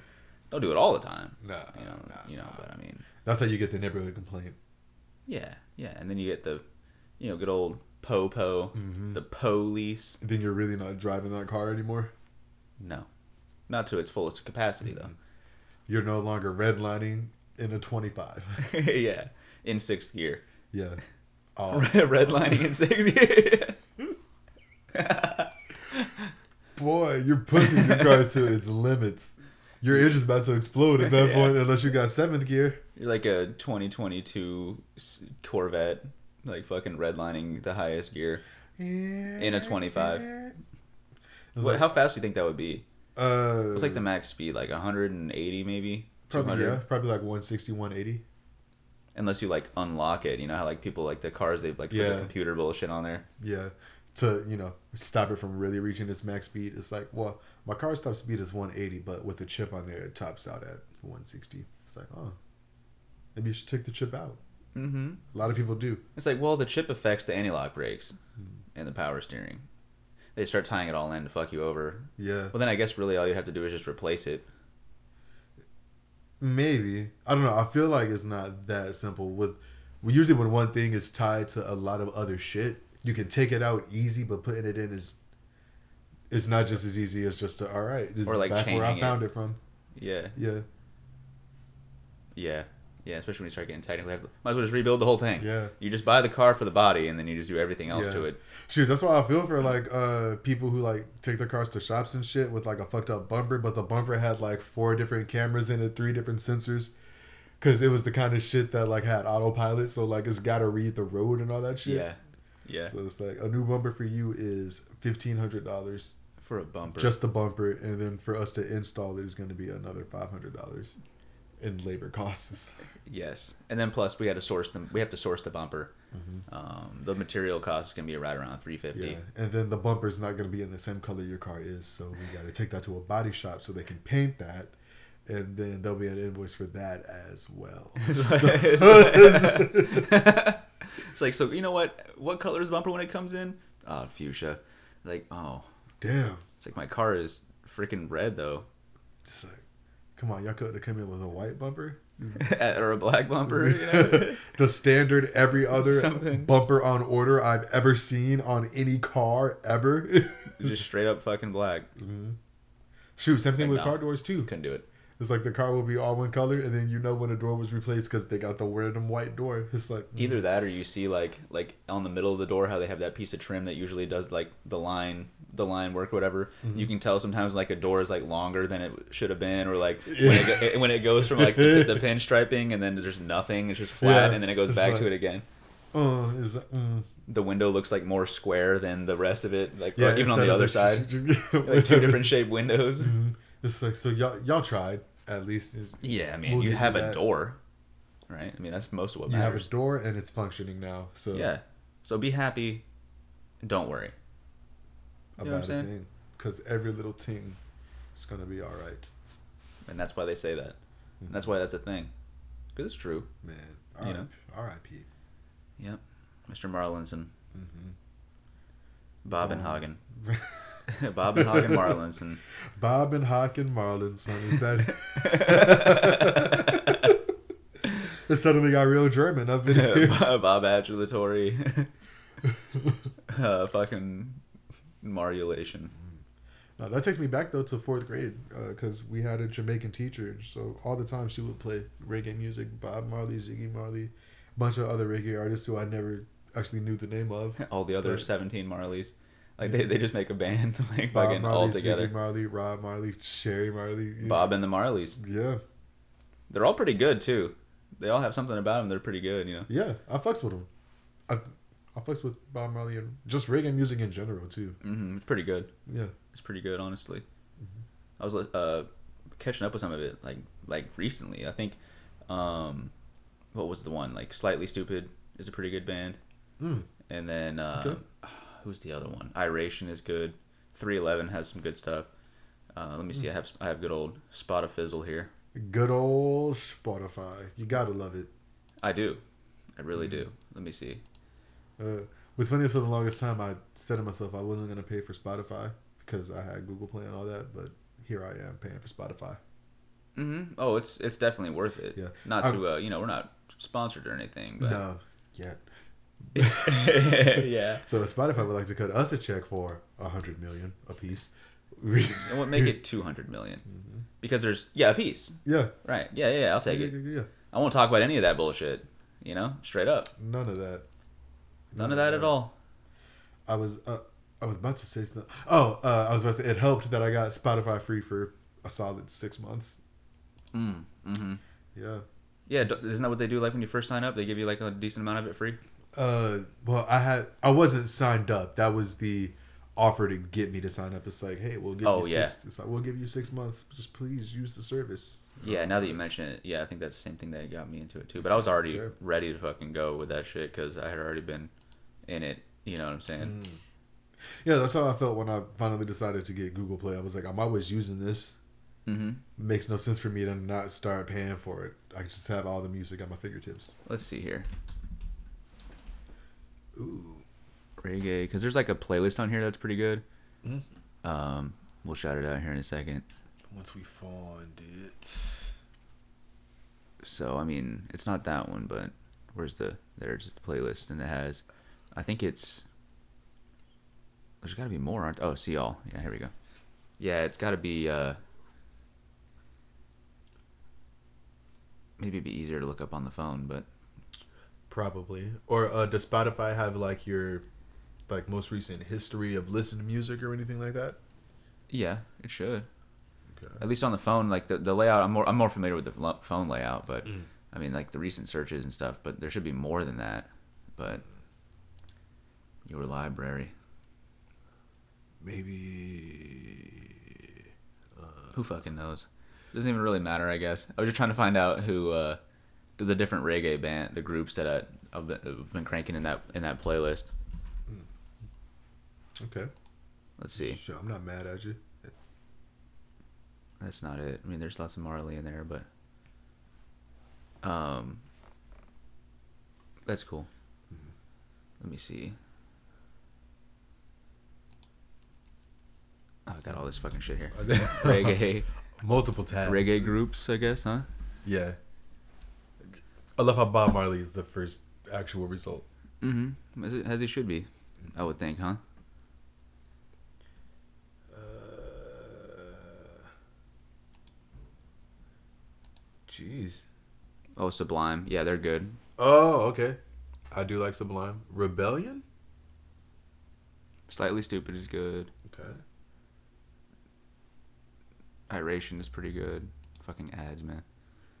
Speaker 1: Don't do it all the time.
Speaker 2: nah,
Speaker 1: You know.
Speaker 2: nah.
Speaker 1: you know. But I mean.
Speaker 2: That's how you get the neighborhood complaint.
Speaker 1: Yeah. Yeah. And then you get the, you know, good old po po, the police.
Speaker 2: Then you're really not driving that car anymore.
Speaker 1: No, not to its fullest capacity
Speaker 2: You're no longer redlining in a 25.
Speaker 1: though. yeah, in sixth gear,
Speaker 2: yeah. Mm-hmm. Oh,
Speaker 1: redlining in sixth gear.
Speaker 2: boy, you're pushing your car to its limits. Your engine's about to explode at that
Speaker 1: Yeah.
Speaker 2: point unless you got seventh gear.
Speaker 1: You're like a 2022 s- Corvette, like fucking redlining the highest gear.
Speaker 2: In
Speaker 1: a 25. What,
Speaker 2: like-
Speaker 1: how fast do you think that would be?
Speaker 2: Uh,
Speaker 1: It's like the max speed, like 180 maybe.
Speaker 2: Probably,
Speaker 1: 200?
Speaker 2: yeah, probably like 160, 180.
Speaker 1: Unless you like unlock it, you know how like people like the cars they've like put
Speaker 2: Yeah.
Speaker 1: the computer bullshit on there.
Speaker 2: Yeah. To, you know, stop it from really reaching its max speed. It's like, well, my car's top speed is 180, but with the chip on there, it tops out at 160. It's like, oh, maybe you should take the chip out.
Speaker 1: Mm-hmm.
Speaker 2: A lot of people do.
Speaker 1: It's like, well, the chip affects the anti-lock brakes
Speaker 2: Hmm.
Speaker 1: and the power steering. They start tying it all in to fuck you over.
Speaker 2: Yeah.
Speaker 1: Well, then I guess really all you have to do is just replace it.
Speaker 2: Maybe. I don't know. I feel like it's not that simple. With well, Usually, when one thing is tied to a lot of other shit, you can take it out easy, but putting it in is. It's not just as easy as just to all right. This
Speaker 1: Or,
Speaker 2: is
Speaker 1: like,
Speaker 2: back where I
Speaker 1: changing it.
Speaker 2: found it from.
Speaker 1: Yeah,
Speaker 2: Yeah,
Speaker 1: yeah, yeah. Especially when you start getting technical, might as well just rebuild the whole thing.
Speaker 2: Yeah.
Speaker 1: You just buy the car for the body, and then you just do everything else
Speaker 2: Yeah.
Speaker 1: to it.
Speaker 2: Shoot, that's why I feel for like uh people who like take their cars to shops and shit with like a fucked up bumper, but the bumper had like four different cameras in it, three different sensors, because it was the kind of shit that like had autopilot, so like it's got to read the road and all that shit.
Speaker 1: Yeah, yeah.
Speaker 2: So it's like a new bumper for you is fifteen hundred dollars,
Speaker 1: for a bumper.
Speaker 2: just the bumper, and then for us to install it is going to be another five hundred dollars in labor costs.
Speaker 1: yes, and then plus we got to source them. We have to source the bumper. Um, the material cost is gonna be right around three fifty.
Speaker 2: Mm-hmm. Yeah, and then the bumper's not going to be in the same color your car is, so we got to take that to a body shop so they can paint that, and then there'll be an invoice for that as well.
Speaker 1: It's like so. You know what? What color is the bumper when it comes in? Uh, fuchsia. Like oh,
Speaker 2: Damn,
Speaker 1: it's like my car is freaking red though,
Speaker 2: it's like, come on, y'all could have come in with a white bumper. Mm-hmm.
Speaker 1: or a black bumper. You know?
Speaker 2: the standard every other
Speaker 1: Something.
Speaker 2: bumper on order I've ever seen on any car ever.
Speaker 1: just straight up fucking black.
Speaker 2: Mm-hmm. Shoot, same thing
Speaker 1: Like,
Speaker 2: with
Speaker 1: no.
Speaker 2: car doors too.
Speaker 1: Couldn't do it.
Speaker 2: It's like the car will be all one color, and then you know when a door was replaced because they got the random white door. It's like mm.
Speaker 1: Either that, or you see like like on the middle of the door how they have that piece of trim that usually does like the line the line work whatever.
Speaker 2: Mm-hmm.
Speaker 1: You can tell sometimes like a door is like longer than it should have been, or like when it, go- when it goes from like the, the pinstriping and then there's nothing, it's just flat,
Speaker 2: Yeah,
Speaker 1: and then it goes
Speaker 2: it's
Speaker 1: back to
Speaker 2: like-
Speaker 1: it again.
Speaker 2: uh, it's like, mm.
Speaker 1: The window looks like more square than the rest of it, like or
Speaker 2: yeah,
Speaker 1: even on the other side, like two different shaped windows.
Speaker 2: Mm-hmm. It's like so y'all y'all tried at least. It's,
Speaker 1: Yeah, I mean,
Speaker 2: We'll
Speaker 1: you
Speaker 2: give
Speaker 1: have
Speaker 2: you
Speaker 1: a
Speaker 2: that.
Speaker 1: door, right? I mean, that's most of what
Speaker 2: you have a
Speaker 1: matters.
Speaker 2: door and it's functioning now. So
Speaker 1: yeah. So be happy. Don't worry. You
Speaker 2: about
Speaker 1: know what I'm
Speaker 2: a
Speaker 1: saying?
Speaker 2: thing because every little thing is gonna be all right,
Speaker 1: And that's why they say that. And that's why that's a thing. Because it's true.
Speaker 2: man.
Speaker 1: You
Speaker 2: R.I.P.
Speaker 1: know?
Speaker 2: R.I.P.
Speaker 1: Yep. Mr. Marlinson. Bob and Hagen. Bob and Hagen Marlinson.
Speaker 2: Mm-hmm. Bob and Hawk and Marlon, son. Is that? it suddenly got real German up in here.
Speaker 1: Bob Bob Adulatory. uh, fucking Marulation.
Speaker 2: No, that takes me back though to fourth grade because we had a Jamaican teacher. So all the time she would play reggae music, Bob Marley, Ziggy Marley, bunch of other reggae artists who I never actually knew the name of.
Speaker 1: All the other
Speaker 2: Right.
Speaker 1: 17 Marleys. Like, they, they just make a band, like,
Speaker 2: Bob
Speaker 1: fucking
Speaker 2: Marley,
Speaker 1: all together.
Speaker 2: Ziggy Marley, Rob Marley, Sherry Marley. you-
Speaker 1: Bob and the Marleys.
Speaker 2: Yeah,
Speaker 1: They're all pretty good, too. They all have something about them. They're pretty good, you know?
Speaker 2: yeah, I fucks with him. I, I fucks with Bob Marley and just reggae music in general too.
Speaker 1: hmm It's pretty good.
Speaker 2: Yeah,
Speaker 1: It's pretty good, honestly.
Speaker 2: Mm-hmm.
Speaker 1: I was uh, catching up with some of it like like recently. I think um, what was the one like slightly stupid is a pretty good band,
Speaker 2: Mm.
Speaker 1: and then uh,
Speaker 2: Okay.
Speaker 1: who's the other one? Iration is good. Three Eleven has some good stuff. Uh, let me
Speaker 2: Mm.
Speaker 1: see. I have I have good old Spot of Fizzle here.
Speaker 2: good old Spotify. You gotta love it.
Speaker 1: I do, I really do.
Speaker 2: Mm.
Speaker 1: Let me see.
Speaker 2: Uh, what's funny is for the longest time I said to myself I wasn't gonna pay for Spotify because I had Google Play and all that, but here I am paying for Spotify.
Speaker 1: Mm-hmm. Oh, it's it's definitely worth it.
Speaker 2: Yeah.
Speaker 1: Not
Speaker 2: I'm-
Speaker 1: to uh, you know we're not sponsored or anything, but
Speaker 2: No, yet.
Speaker 1: yeah.
Speaker 2: So if Spotify would like to cut us a check for a hundred million a piece.
Speaker 1: And what make it 200 million. Because there's yeah, a piece.
Speaker 2: yeah,
Speaker 1: Right. Yeah, yeah, yeah, I'll
Speaker 2: yeah,
Speaker 1: take it.
Speaker 2: yeah, yeah.
Speaker 1: I won't talk about any of that bullshit, you know? Straight up.
Speaker 2: None of that.
Speaker 1: None of that at all.
Speaker 2: I was uh, I was about to say something. Oh, uh, I was about to say it helped that I got Spotify free for a solid six months.
Speaker 1: Mm. Mhm.
Speaker 2: Yeah.
Speaker 1: Yeah, d- isn't that what they do like when you first sign up? They give you like a decent amount of it free.
Speaker 2: uh well i had i wasn't signed up that was the offer to get me to sign up it's like hey we'll give
Speaker 1: Oh,
Speaker 2: you
Speaker 1: yeah.
Speaker 2: six it's like, we'll give you six months just please use the service
Speaker 1: Yeah, now that you mention it, yeah, I think that's the same thing that got me into it too. But I was already
Speaker 2: Okay.
Speaker 1: ready to fucking go with that shit cuz I had already been in it, you know what I'm saying?
Speaker 2: yeah that's how i felt when i finally decided to get google play i was like i'm always using this
Speaker 1: Mhm.
Speaker 2: makes no sense for me to not start paying for it i just have all the music at my fingertips
Speaker 1: Let's see here.
Speaker 2: ooh
Speaker 1: reggae because there's like a playlist on here that's pretty good. Um, we'll shout it out here in a second.
Speaker 2: once we find it
Speaker 1: So I mean, it's not that one, but where's the there's just the playlist and it has, I think it's. There's got to be more, aren't? Oh, see all. Yeah, here we go. Yeah, it's got to be. uh Maybe it'd be easier to look up on the phone, but
Speaker 2: probably or uh does spotify have like your like most recent history of listened music or anything like that
Speaker 1: yeah, it should.
Speaker 2: okay
Speaker 1: at least on the phone like the, the layout i'm more i'm more familiar with the lo- phone layout but i mean like the recent searches and stuff but there should be more than that but your library
Speaker 2: maybe
Speaker 1: who fucking knows doesn't even really matter i guess i was just trying to find out who uh the- the different reggae band the groups that I, I've, been, have been cranking in that in that playlist
Speaker 2: okay
Speaker 1: let's see
Speaker 2: sure i'm not mad at you
Speaker 1: that's not it i mean there's lots of marley in there but um that's cool let me see oh, i got all this fucking shit here reggae
Speaker 2: multiple tabs
Speaker 1: reggae groups i guess huh
Speaker 2: yeah i love how bob marley is the first actual result
Speaker 1: mm-hmm as it, as it should be i would think huh
Speaker 3: Jeez.
Speaker 1: Oh, Sublime. Yeah, they're good.
Speaker 2: Oh, okay. I do like Sublime. Rebellion?
Speaker 1: Slightly Stupid is good.
Speaker 2: Okay.
Speaker 1: Iration is pretty good. Fucking ads, man.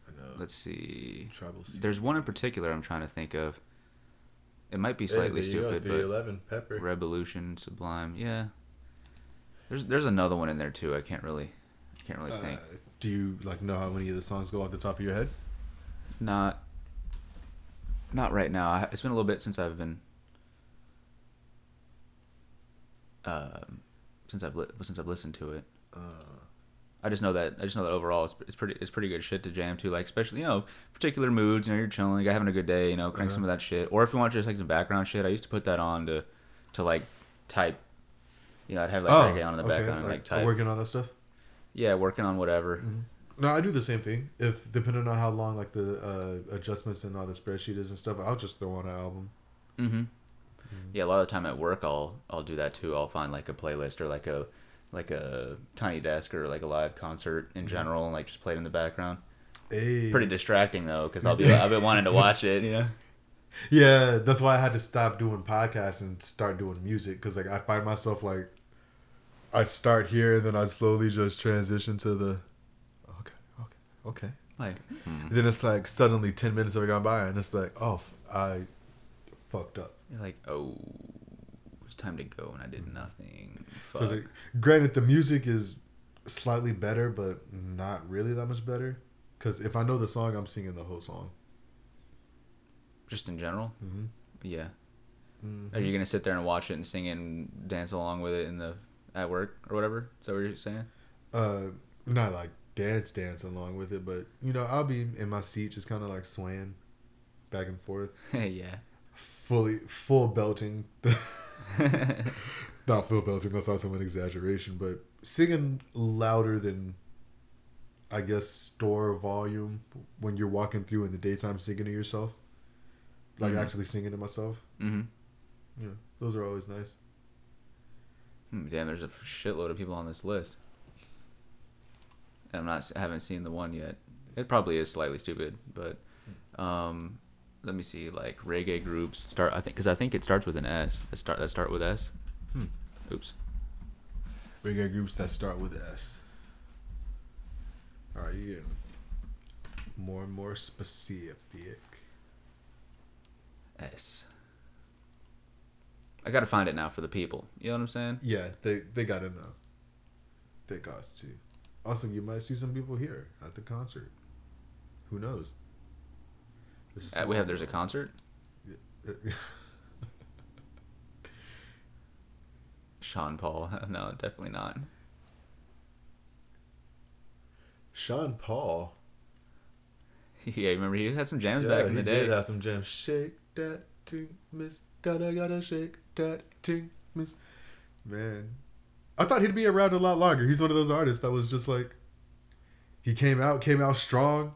Speaker 2: I know.
Speaker 1: Let's see.
Speaker 2: Tribal Sea.
Speaker 1: There's one in particular I'm trying to think of. It might be
Speaker 2: Hey,
Speaker 1: slightly
Speaker 2: there you go,
Speaker 1: stupid, but
Speaker 2: 311 Pepper.
Speaker 1: Revolution, Sublime, yeah. There's there's another one in there too. I can't really, I can't really
Speaker 2: Uh,
Speaker 1: think.
Speaker 2: do you like know how many of the songs go off the top of your head?
Speaker 1: Not, not right now. I, it's been a little bit since I've been, um, since I've li- since I've listened to it. I just know that I just know that overall it's, it's pretty it's pretty good shit to jam to. Like especially you know particular moods. You know you're chilling, you're having a good day. You know crank some of that shit. Or if you want just like some background shit, I used to put that on to, to like type. You know I'd have like reggae on in the background and like type.
Speaker 2: Oh, working on that stuff.
Speaker 1: Yeah, working on whatever.
Speaker 2: No, I do the same thing. If depending on how long like the uh, adjustments and all the spreadsheet is and stuff, I'll just throw on an album.
Speaker 1: Mm-hmm. Yeah, a lot of the time at work, I'll I'll do that too. I'll find like a playlist or like a like a tiny desk or like a live concert in general, and like just play it in the background.
Speaker 2: Hey.
Speaker 1: Pretty distracting though, because I'll be I've been wanting to watch it. You know.
Speaker 2: Yeah, that's why I had to stop doing podcasts and start doing music because like I find myself like I start here and then I slowly just transition to the okay, okay, okay.
Speaker 1: Like,
Speaker 2: And then it's like suddenly ten minutes have gone by and it's like oh f- I fucked up.
Speaker 1: you're like, oh, it's time to go, and I did nothing. Fuck.
Speaker 2: 'Cause, like, granted, the music is slightly better, but not really that much better. Because if I know the song, I'm singing the whole song.
Speaker 1: Just in general. Mm-hmm. Yeah. Are you gonna sit there and watch it and sing and dance along with it in the at work or whatever? Is that what you're saying?
Speaker 2: Uh, not like dance, dance along with it, but you know, I'll be in my seat, just kind of like swaying back and forth.
Speaker 1: yeah.
Speaker 2: fully full belting. Not full belting. That's also an exaggeration, but singing louder than, I guess, store volume when you're walking through in the daytime, singing to yourself, like
Speaker 1: Mhm.
Speaker 2: actually singing to myself.
Speaker 1: Mm-hmm.
Speaker 2: Yeah, those are always nice.
Speaker 1: Hmm, damn, there's a shitload of people on this list. And I'm not. I haven't seen the one yet. It probably is slightly stupid, but um, let me see. Like reggae groups start. I think because I think it starts with an S. That start that start with S. Hmm. Oops.
Speaker 2: Reggae groups that start with S. All right, you're getting more and more specific.
Speaker 1: S. I gotta find it now for the people. You know what I'm saying?
Speaker 2: Yeah, they they gotta know. They cost too. Also, you might see some people here at the concert. Who knows? This is
Speaker 1: Uh, we have. There's a concert. Sean Paul. No, definitely not.
Speaker 2: Sean Paul.
Speaker 1: yeah, remember he had some jams
Speaker 2: Yeah,
Speaker 1: back in
Speaker 2: he
Speaker 1: the day.
Speaker 2: did uh, have some jams. Shake that ting, miss. Gotta gotta shake that ting, miss. Man, I thought he'd be around a lot longer. He's one of those artists that was just like, he came out, came out strong,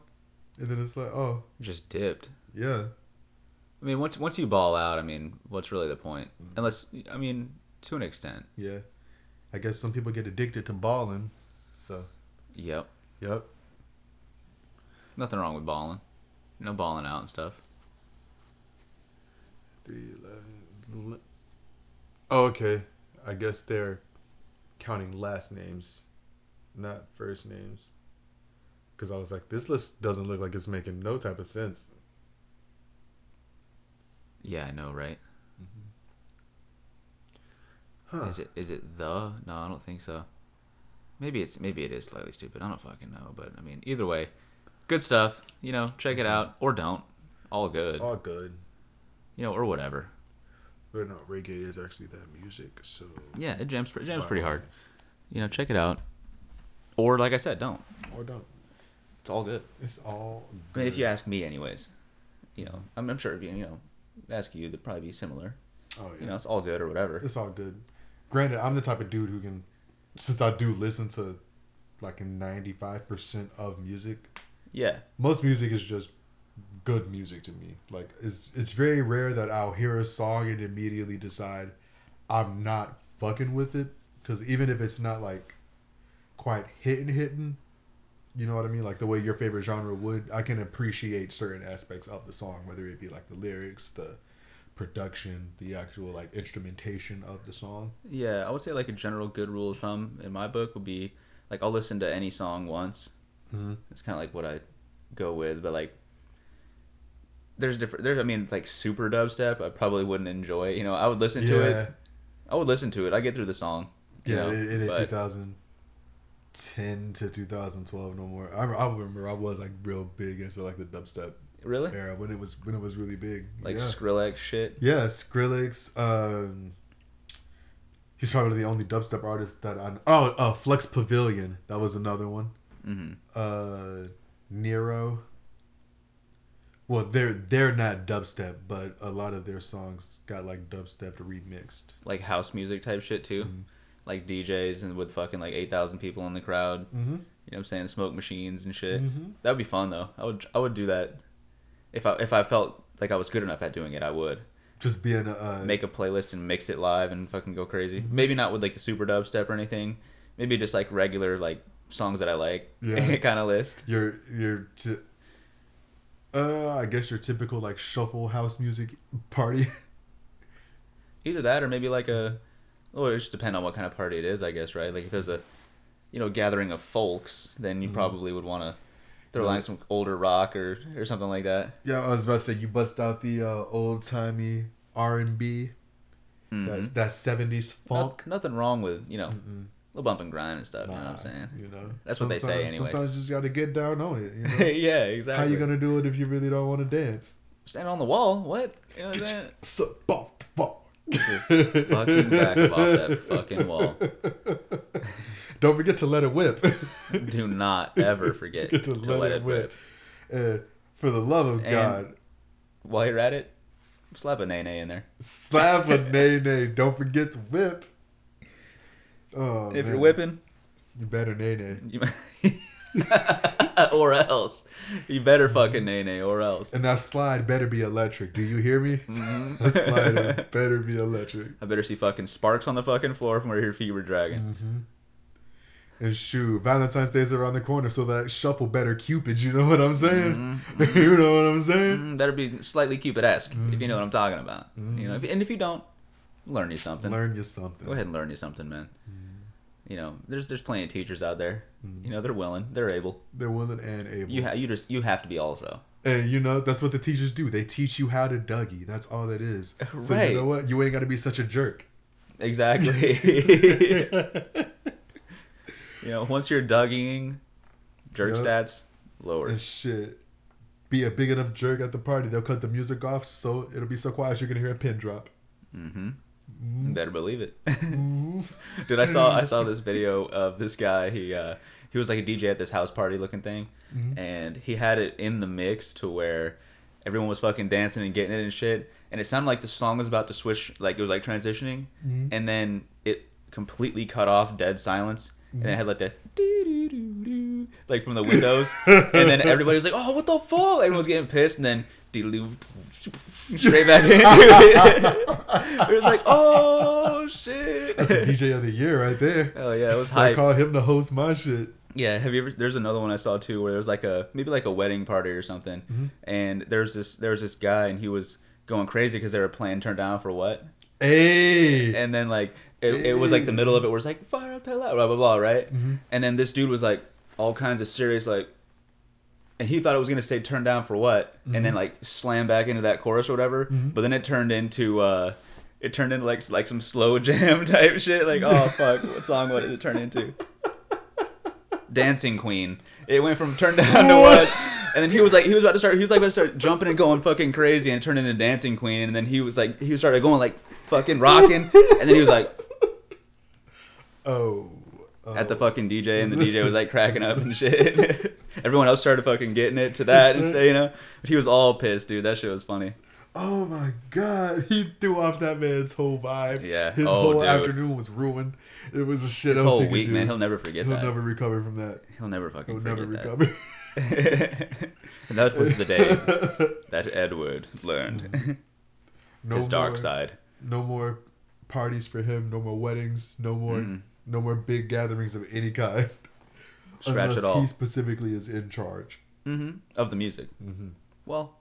Speaker 2: and then it's like, oh
Speaker 1: Just dipped.
Speaker 2: yeah,
Speaker 1: I mean, once once you ball out, I mean, what's really the point?
Speaker 2: Mm-hmm.
Speaker 1: Unless, I mean, to an extent.
Speaker 2: yeah. I guess some people get addicted to balling, so.
Speaker 1: Yep.
Speaker 2: Yep.
Speaker 1: Nothing wrong with balling. No balling out and stuff.
Speaker 2: Three eleven. le- Oh, okay. I guess they're counting last names, not first names. Because I was like, this list doesn't look like it's making no type of sense.
Speaker 1: Yeah, I know, right?
Speaker 2: Huh.
Speaker 1: Is it is it the? No, I don't think so. Maybe it's maybe it is slightly stupid. I don't fucking know, but I mean, either way, good stuff. You know, check it out or don't. All good.
Speaker 2: Mm-hmm. All good.
Speaker 1: You know, or whatever.
Speaker 2: But no, reggae is actually that music, so.
Speaker 1: Yeah, it jams it jams
Speaker 2: By
Speaker 1: pretty
Speaker 2: all
Speaker 1: hard. You know, check it out. Or like I said, don't.
Speaker 2: Or don't.
Speaker 1: It's all good.
Speaker 2: It's all
Speaker 1: I
Speaker 2: good.
Speaker 1: mean, if you ask me, anyways, you know, I'm, I'm sure if you, you know, ask you, they'd probably be similar.
Speaker 2: Oh, yeah.
Speaker 1: You know, it's all good or whatever.
Speaker 2: It's all good. Granted, I'm the type of dude who can, since I do listen to like 95% of music,
Speaker 1: Yeah,
Speaker 2: most music is just good music to me. Like it's it's very rare that I'll hear a song and immediately decide I'm not fucking with it because even if it's not like quite hitting hitting, you know what I mean? Like the way your favorite genre would, I can appreciate certain aspects of the song, whether it be like the lyrics, the production, the actual like instrumentation of the song.
Speaker 1: Yeah, I would say like a general good rule of thumb in my book would be like I'll listen to any song once.
Speaker 2: Mhm.
Speaker 1: It's kind of like what I go with, but like there's different. There's I mean like super dubstep. I probably wouldn't enjoy. You know, I would listen to
Speaker 2: yeah,
Speaker 1: it. I would listen to it. I get through the song. you
Speaker 2: yeah.
Speaker 1: know,
Speaker 2: it, it is
Speaker 1: but-
Speaker 2: 2010 to 2012, no more. I, I remember I was like real big into like the dubstep
Speaker 1: really
Speaker 2: era when it was when it was really big.
Speaker 1: like
Speaker 2: yeah.
Speaker 1: Skrillex shit.
Speaker 2: Yeah, Skrillex. Um, he's probably the only dubstep artist that I. Oh, uh, Flex Pavilion. That was another one.
Speaker 1: hmm
Speaker 2: Uh, Nero. Well, they're they're not dubstep, but a lot of their songs got like dubstep remixed.
Speaker 1: Like house music type shit too.
Speaker 2: Mm-hmm.
Speaker 1: Like DJs and with fucking like eight thousand people in the crowd.
Speaker 2: Mm-hmm.
Speaker 1: You know what I'm saying? Smoke machines and shit.
Speaker 2: Mhm.
Speaker 1: That would be fun though. I would I would do that if I if I felt like I was good enough at doing it. I would
Speaker 2: Just being a uh,
Speaker 1: make a playlist and mix it live and fucking go crazy.
Speaker 2: Mm-hmm.
Speaker 1: Maybe not with like the super dubstep or anything. Maybe just like regular like songs that I like
Speaker 2: Yeah.
Speaker 1: kind of list.
Speaker 2: your your. T- uh, I guess your typical like shuffle house music party.
Speaker 1: Either that or maybe like a well, it just depend on what kind of party it is, I guess, right? Like if there's a you know gathering of folks, then
Speaker 2: Mm-hmm.
Speaker 1: you probably would want to throw
Speaker 2: Right.
Speaker 1: in some older rock or or something like that.
Speaker 2: Yeah, I was about to say you bust out the uh, old timey R and B,
Speaker 1: Mm-hmm.
Speaker 2: that's that seventies funk.
Speaker 1: Not, nothing wrong with you know a little bump and grind and stuff. You know what
Speaker 2: Mm-hmm. Nah,
Speaker 1: I'm saying?
Speaker 2: You know,
Speaker 1: That's what they say
Speaker 2: Sometimes-
Speaker 1: anyways.
Speaker 2: Sometimes you just gotta get down on it. You know?
Speaker 1: yeah,
Speaker 2: How
Speaker 1: exactly.
Speaker 2: you gonna do it if you really don't want to dance?
Speaker 1: stand on the wall? What? You know what I'm saying?
Speaker 2: Sup, bop, bop.
Speaker 1: fucking back up off that fucking wall.
Speaker 2: Don't forget to let it whip.
Speaker 1: Do not ever forget
Speaker 2: Forget to let it whip. and for the love of
Speaker 1: And-
Speaker 2: God,
Speaker 1: While you're at it, slap a nay nay in there.
Speaker 2: slap a nay nay. Don't forget to whip. Oh,
Speaker 1: if you're
Speaker 2: man.
Speaker 1: whipping,
Speaker 2: you better nay nay.
Speaker 1: you or else you better fucking nay nay or else.
Speaker 2: And that slide better be electric. Do you hear me?
Speaker 1: Mm-hmm.
Speaker 2: that slide better be electric.
Speaker 1: I better see fucking sparks on the fucking floor from where your feet were dragging.
Speaker 2: And shoot, Valentine's Day's around the corner, so that shuffle better Cupid. You know what I'm saying?
Speaker 1: Mm-hmm.
Speaker 2: you know what I'm saying?
Speaker 1: Mm, That'd be slightly Cupid-esque if you know what I'm talking about. You know, if, and if you don't, learn you something.
Speaker 2: Learn you something.
Speaker 1: Mm-hmm. Go ahead and learn you something, man. You know, there's there's plenty of teachers out there. You know, they're willing, they're able.
Speaker 2: They're willing and able.
Speaker 1: You ha- you just you have to be also.
Speaker 2: and you know that's what the teachers do. They teach you how to Dougie. That's all it is. So
Speaker 1: Right.
Speaker 2: you know what? You ain't got to be such a jerk.
Speaker 1: Exactly. you know, once you're dugging, jerk
Speaker 2: Yep.
Speaker 1: stats lower.
Speaker 2: And shit, be a big enough jerk at the party. They'll cut the music off, so it'll be so quiet you can hear a pin drop.
Speaker 1: Better believe it.
Speaker 2: Mm-hmm.
Speaker 1: Mm-hmm. Dude, I saw I saw this video of this guy. He uh, he was like a DJ at this house party looking thing,
Speaker 2: Mm-hmm.
Speaker 1: and he had it in the mix to where everyone was fucking dancing and getting it and shit. And it sounded like the song was about to switch, like it was like transitioning,
Speaker 2: Mm-hmm.
Speaker 1: and then it completely cut off, dead silence,
Speaker 2: Mm-hmm.
Speaker 1: and it had like the doo-doo-doo-doo, like from the windows, and then everybody was like, "Oh, what the fuck!" Everyone was getting pissed, and then. doo-doo-doo, Straight back in. it was like, oh shit.
Speaker 2: That's the DJ of the year right there.
Speaker 1: Oh yeah, it was
Speaker 2: So I
Speaker 1: hype.
Speaker 2: call him to host my shit.
Speaker 1: Yeah, have you ever? There's another one I saw too, where there's like a maybe like a wedding party or something, and there's this there's this guy and he was going crazy because they were playing "Turn Down for What,"
Speaker 2: Hey.
Speaker 1: and then like it, it was like the middle of it was like "Fire up that loud," blah blah blah, right? And then this dude was like all kinds of serious, like, and he thought it was gonna say "Turn Down for What," and then like slam back into that chorus or whatever, but then it turned into. uh it turned into like like some slow jam type shit. Like, oh fuck, what song? What did it turn into? Dancing Queen. It went from turn down to
Speaker 2: What?
Speaker 1: what? And then he was like, he was about to start, he was like about to start jumping and going fucking crazy and turning into Dancing Queen. And then he was like, he started going like fucking rocking. And then he was like
Speaker 2: oh. oh.
Speaker 1: at the fucking DJ, and the DJ was like cracking up and shit. Everyone else started fucking getting it to that and say, you know, but he was all pissed, dude. That shit was funny.
Speaker 2: Oh my god, he threw off that man's whole vibe.
Speaker 1: Yeah.
Speaker 2: his
Speaker 1: Oh,
Speaker 2: whole
Speaker 1: dude.
Speaker 2: afternoon was ruined. It was a shit.
Speaker 1: His
Speaker 2: else he
Speaker 1: whole
Speaker 2: could
Speaker 1: week,
Speaker 2: do.
Speaker 1: man, he'll never forget
Speaker 2: He'll
Speaker 1: that.
Speaker 2: never recover from that.
Speaker 1: he'll never fucking
Speaker 2: He'll
Speaker 1: forget
Speaker 2: never
Speaker 1: that.
Speaker 2: recover.
Speaker 1: and that was the day that Edward learned
Speaker 2: Mm-hmm. no
Speaker 1: his dark
Speaker 2: more,
Speaker 1: side.
Speaker 2: No more
Speaker 1: Mm.
Speaker 2: parties for him. No more weddings. No more. No more big gatherings of any kind.
Speaker 1: scratch
Speaker 2: unless
Speaker 1: it all
Speaker 2: He specifically is in charge.
Speaker 1: hmm of the music.
Speaker 2: Mhm.
Speaker 1: Well,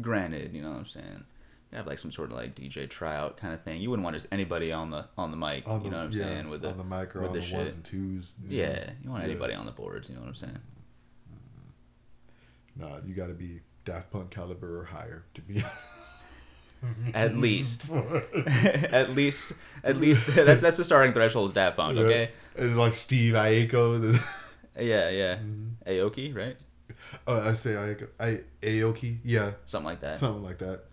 Speaker 1: granted, you know what I'm saying. You have like some sort of like DJ tryout kind of thing. You wouldn't want just anybody on the on the mic.
Speaker 2: On the,
Speaker 1: you know what I'm
Speaker 2: yeah,
Speaker 1: saying with the,
Speaker 2: on the mic or
Speaker 1: with
Speaker 2: on
Speaker 1: the
Speaker 2: the,
Speaker 1: shit.
Speaker 2: ones and twos. Mm. you know?
Speaker 1: Mm-hmm. yeah. You want
Speaker 2: Yeah.
Speaker 1: anybody on the boards. You know what I'm saying.
Speaker 2: Nah, you got to be Daft Punk caliber or higher to be.
Speaker 1: At least, at least, at least that's that's the starting threshold is Daft Punk. Okay.
Speaker 2: It's like Steve Aiko. the-
Speaker 1: Yeah, yeah.
Speaker 2: Mm-hmm.
Speaker 1: Aoki, right?
Speaker 2: Uh, I say Aiko. I, Aoki. Yeah.
Speaker 1: Something like that,
Speaker 2: Something like that.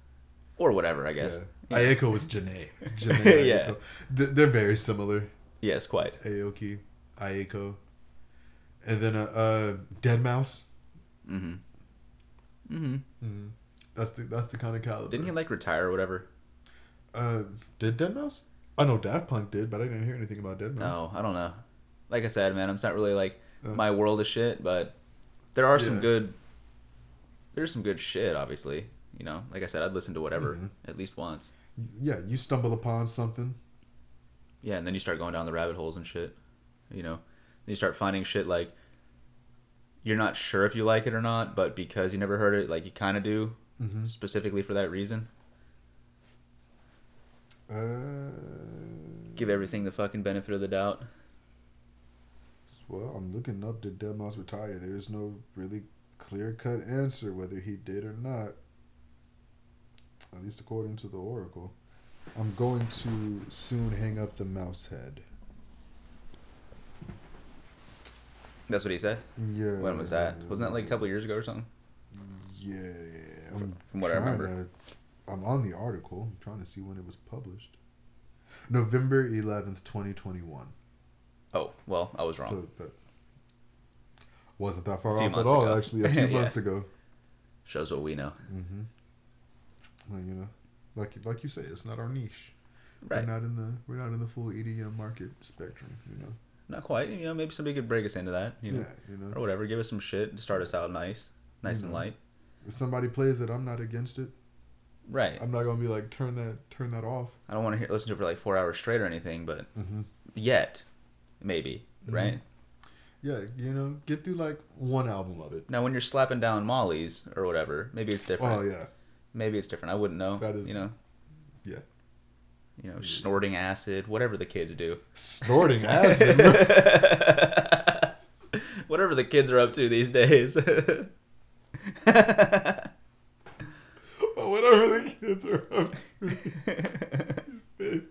Speaker 1: or whatever. I guess.
Speaker 2: Yeah. Aiko was Janae. Janae
Speaker 1: Yeah.
Speaker 2: Aiko. Th- They're very similar.
Speaker 1: Yes, quite.
Speaker 2: Aoki, Aiko. And then uh, uh, Dead Mouse.
Speaker 1: Mm-hmm. Mm-hmm.
Speaker 2: Mhm. That's the that's the kind of caliber.
Speaker 1: Didn't he like retire or whatever?
Speaker 2: Uh, did Dead Mouse? I know Daft Punk did, but I didn't hear anything about Dead Mouse.
Speaker 1: No, I don't know. Like I said, man, I'm not really like
Speaker 2: Uh.
Speaker 1: my world of shit, but there are some
Speaker 2: Yeah.
Speaker 1: good. There's some good shit, obviously. You know, like I said, I'd listen to whatever
Speaker 2: Mm-hmm.
Speaker 1: at least once.
Speaker 2: Y- Yeah, you stumble upon something.
Speaker 1: Yeah, and then you start going down the rabbit holes and shit. You know, then you start finding shit like you're not sure if you like it or not, but because you never heard it, like you kind of do,
Speaker 2: Mm-hmm.
Speaker 1: specifically for that reason.
Speaker 2: Uh,
Speaker 1: Give everything the fucking benefit of the doubt.
Speaker 2: well, I'm looking up. Did Dead Mouse retire? There is no really clear cut answer whether he did or not. At least according to the Oracle. I'm going to soon hang up the mouse head.
Speaker 1: That's what he said.
Speaker 2: Yeah.
Speaker 1: When was that? Wasn't that like a couple years ago or something?
Speaker 2: Yeah. I'm
Speaker 1: from what I
Speaker 2: trying
Speaker 1: remember.
Speaker 2: to- I'm on the article. I'm trying to see when it was published. November 11th, 2021.
Speaker 1: Oh, well, I was wrong.
Speaker 2: So that wasn't that far
Speaker 1: A few
Speaker 2: off at
Speaker 1: months
Speaker 2: all,
Speaker 1: ago.
Speaker 2: actually. A few
Speaker 1: Yeah.
Speaker 2: months ago.
Speaker 1: Shows what we know.
Speaker 2: hmm Well, you know, like like you say, it's not our niche.
Speaker 1: Right.
Speaker 2: We're not in the we're not in the full EDM market spectrum. You know.
Speaker 1: Not quite. You know, maybe somebody could break us into that. You know,
Speaker 2: Yeah. You know.
Speaker 1: or whatever. Give us some shit to start us out nice, nice and
Speaker 2: Mhm.
Speaker 1: light.
Speaker 2: If somebody plays it, I'm not against it.
Speaker 1: Right.
Speaker 2: I'm not gonna be like turn that turn that off.
Speaker 1: I don't want to hear listen to it for like four hours straight or anything, but
Speaker 2: Mm-hmm.
Speaker 1: yet, maybe. Right.
Speaker 2: Yeah. You know, get through like one album of it.
Speaker 1: Now, when you're slapping down mollies or whatever, maybe it's different.
Speaker 2: Oh yeah.
Speaker 1: Maybe it's different. I wouldn't know.
Speaker 2: That is-
Speaker 1: You know.
Speaker 2: yeah.
Speaker 1: You know, snorting acid, whatever the kids do,
Speaker 2: Snorting acid.
Speaker 1: whatever the kids are up to these days.
Speaker 2: Whatever the kids are up to.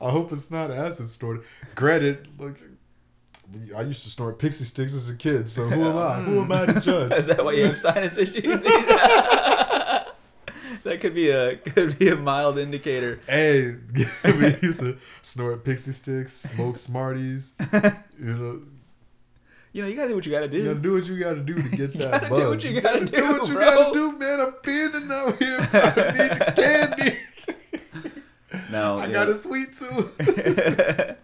Speaker 2: I hope it's not acid snorted. Granted, like we- I used to snort pixie sticks as a kid, so who am I? Who am I to
Speaker 1: Is
Speaker 2: judge?
Speaker 1: that why you have sinus issues? that could be a could be a mild indicator.
Speaker 2: Hey, we used to snort pixie sticks, smoke Smarties. You know,
Speaker 1: You know, you gotta do what you gotta do.
Speaker 2: you gotta do what you gotta do to get that
Speaker 1: gotta
Speaker 2: buzz.
Speaker 1: do what you gotta do,
Speaker 2: what you
Speaker 1: bro.
Speaker 2: gotta do, man. I'm feeling out here. I need the candy.
Speaker 1: no,
Speaker 2: I
Speaker 1: you
Speaker 2: got
Speaker 1: know-
Speaker 2: a sweet tooth.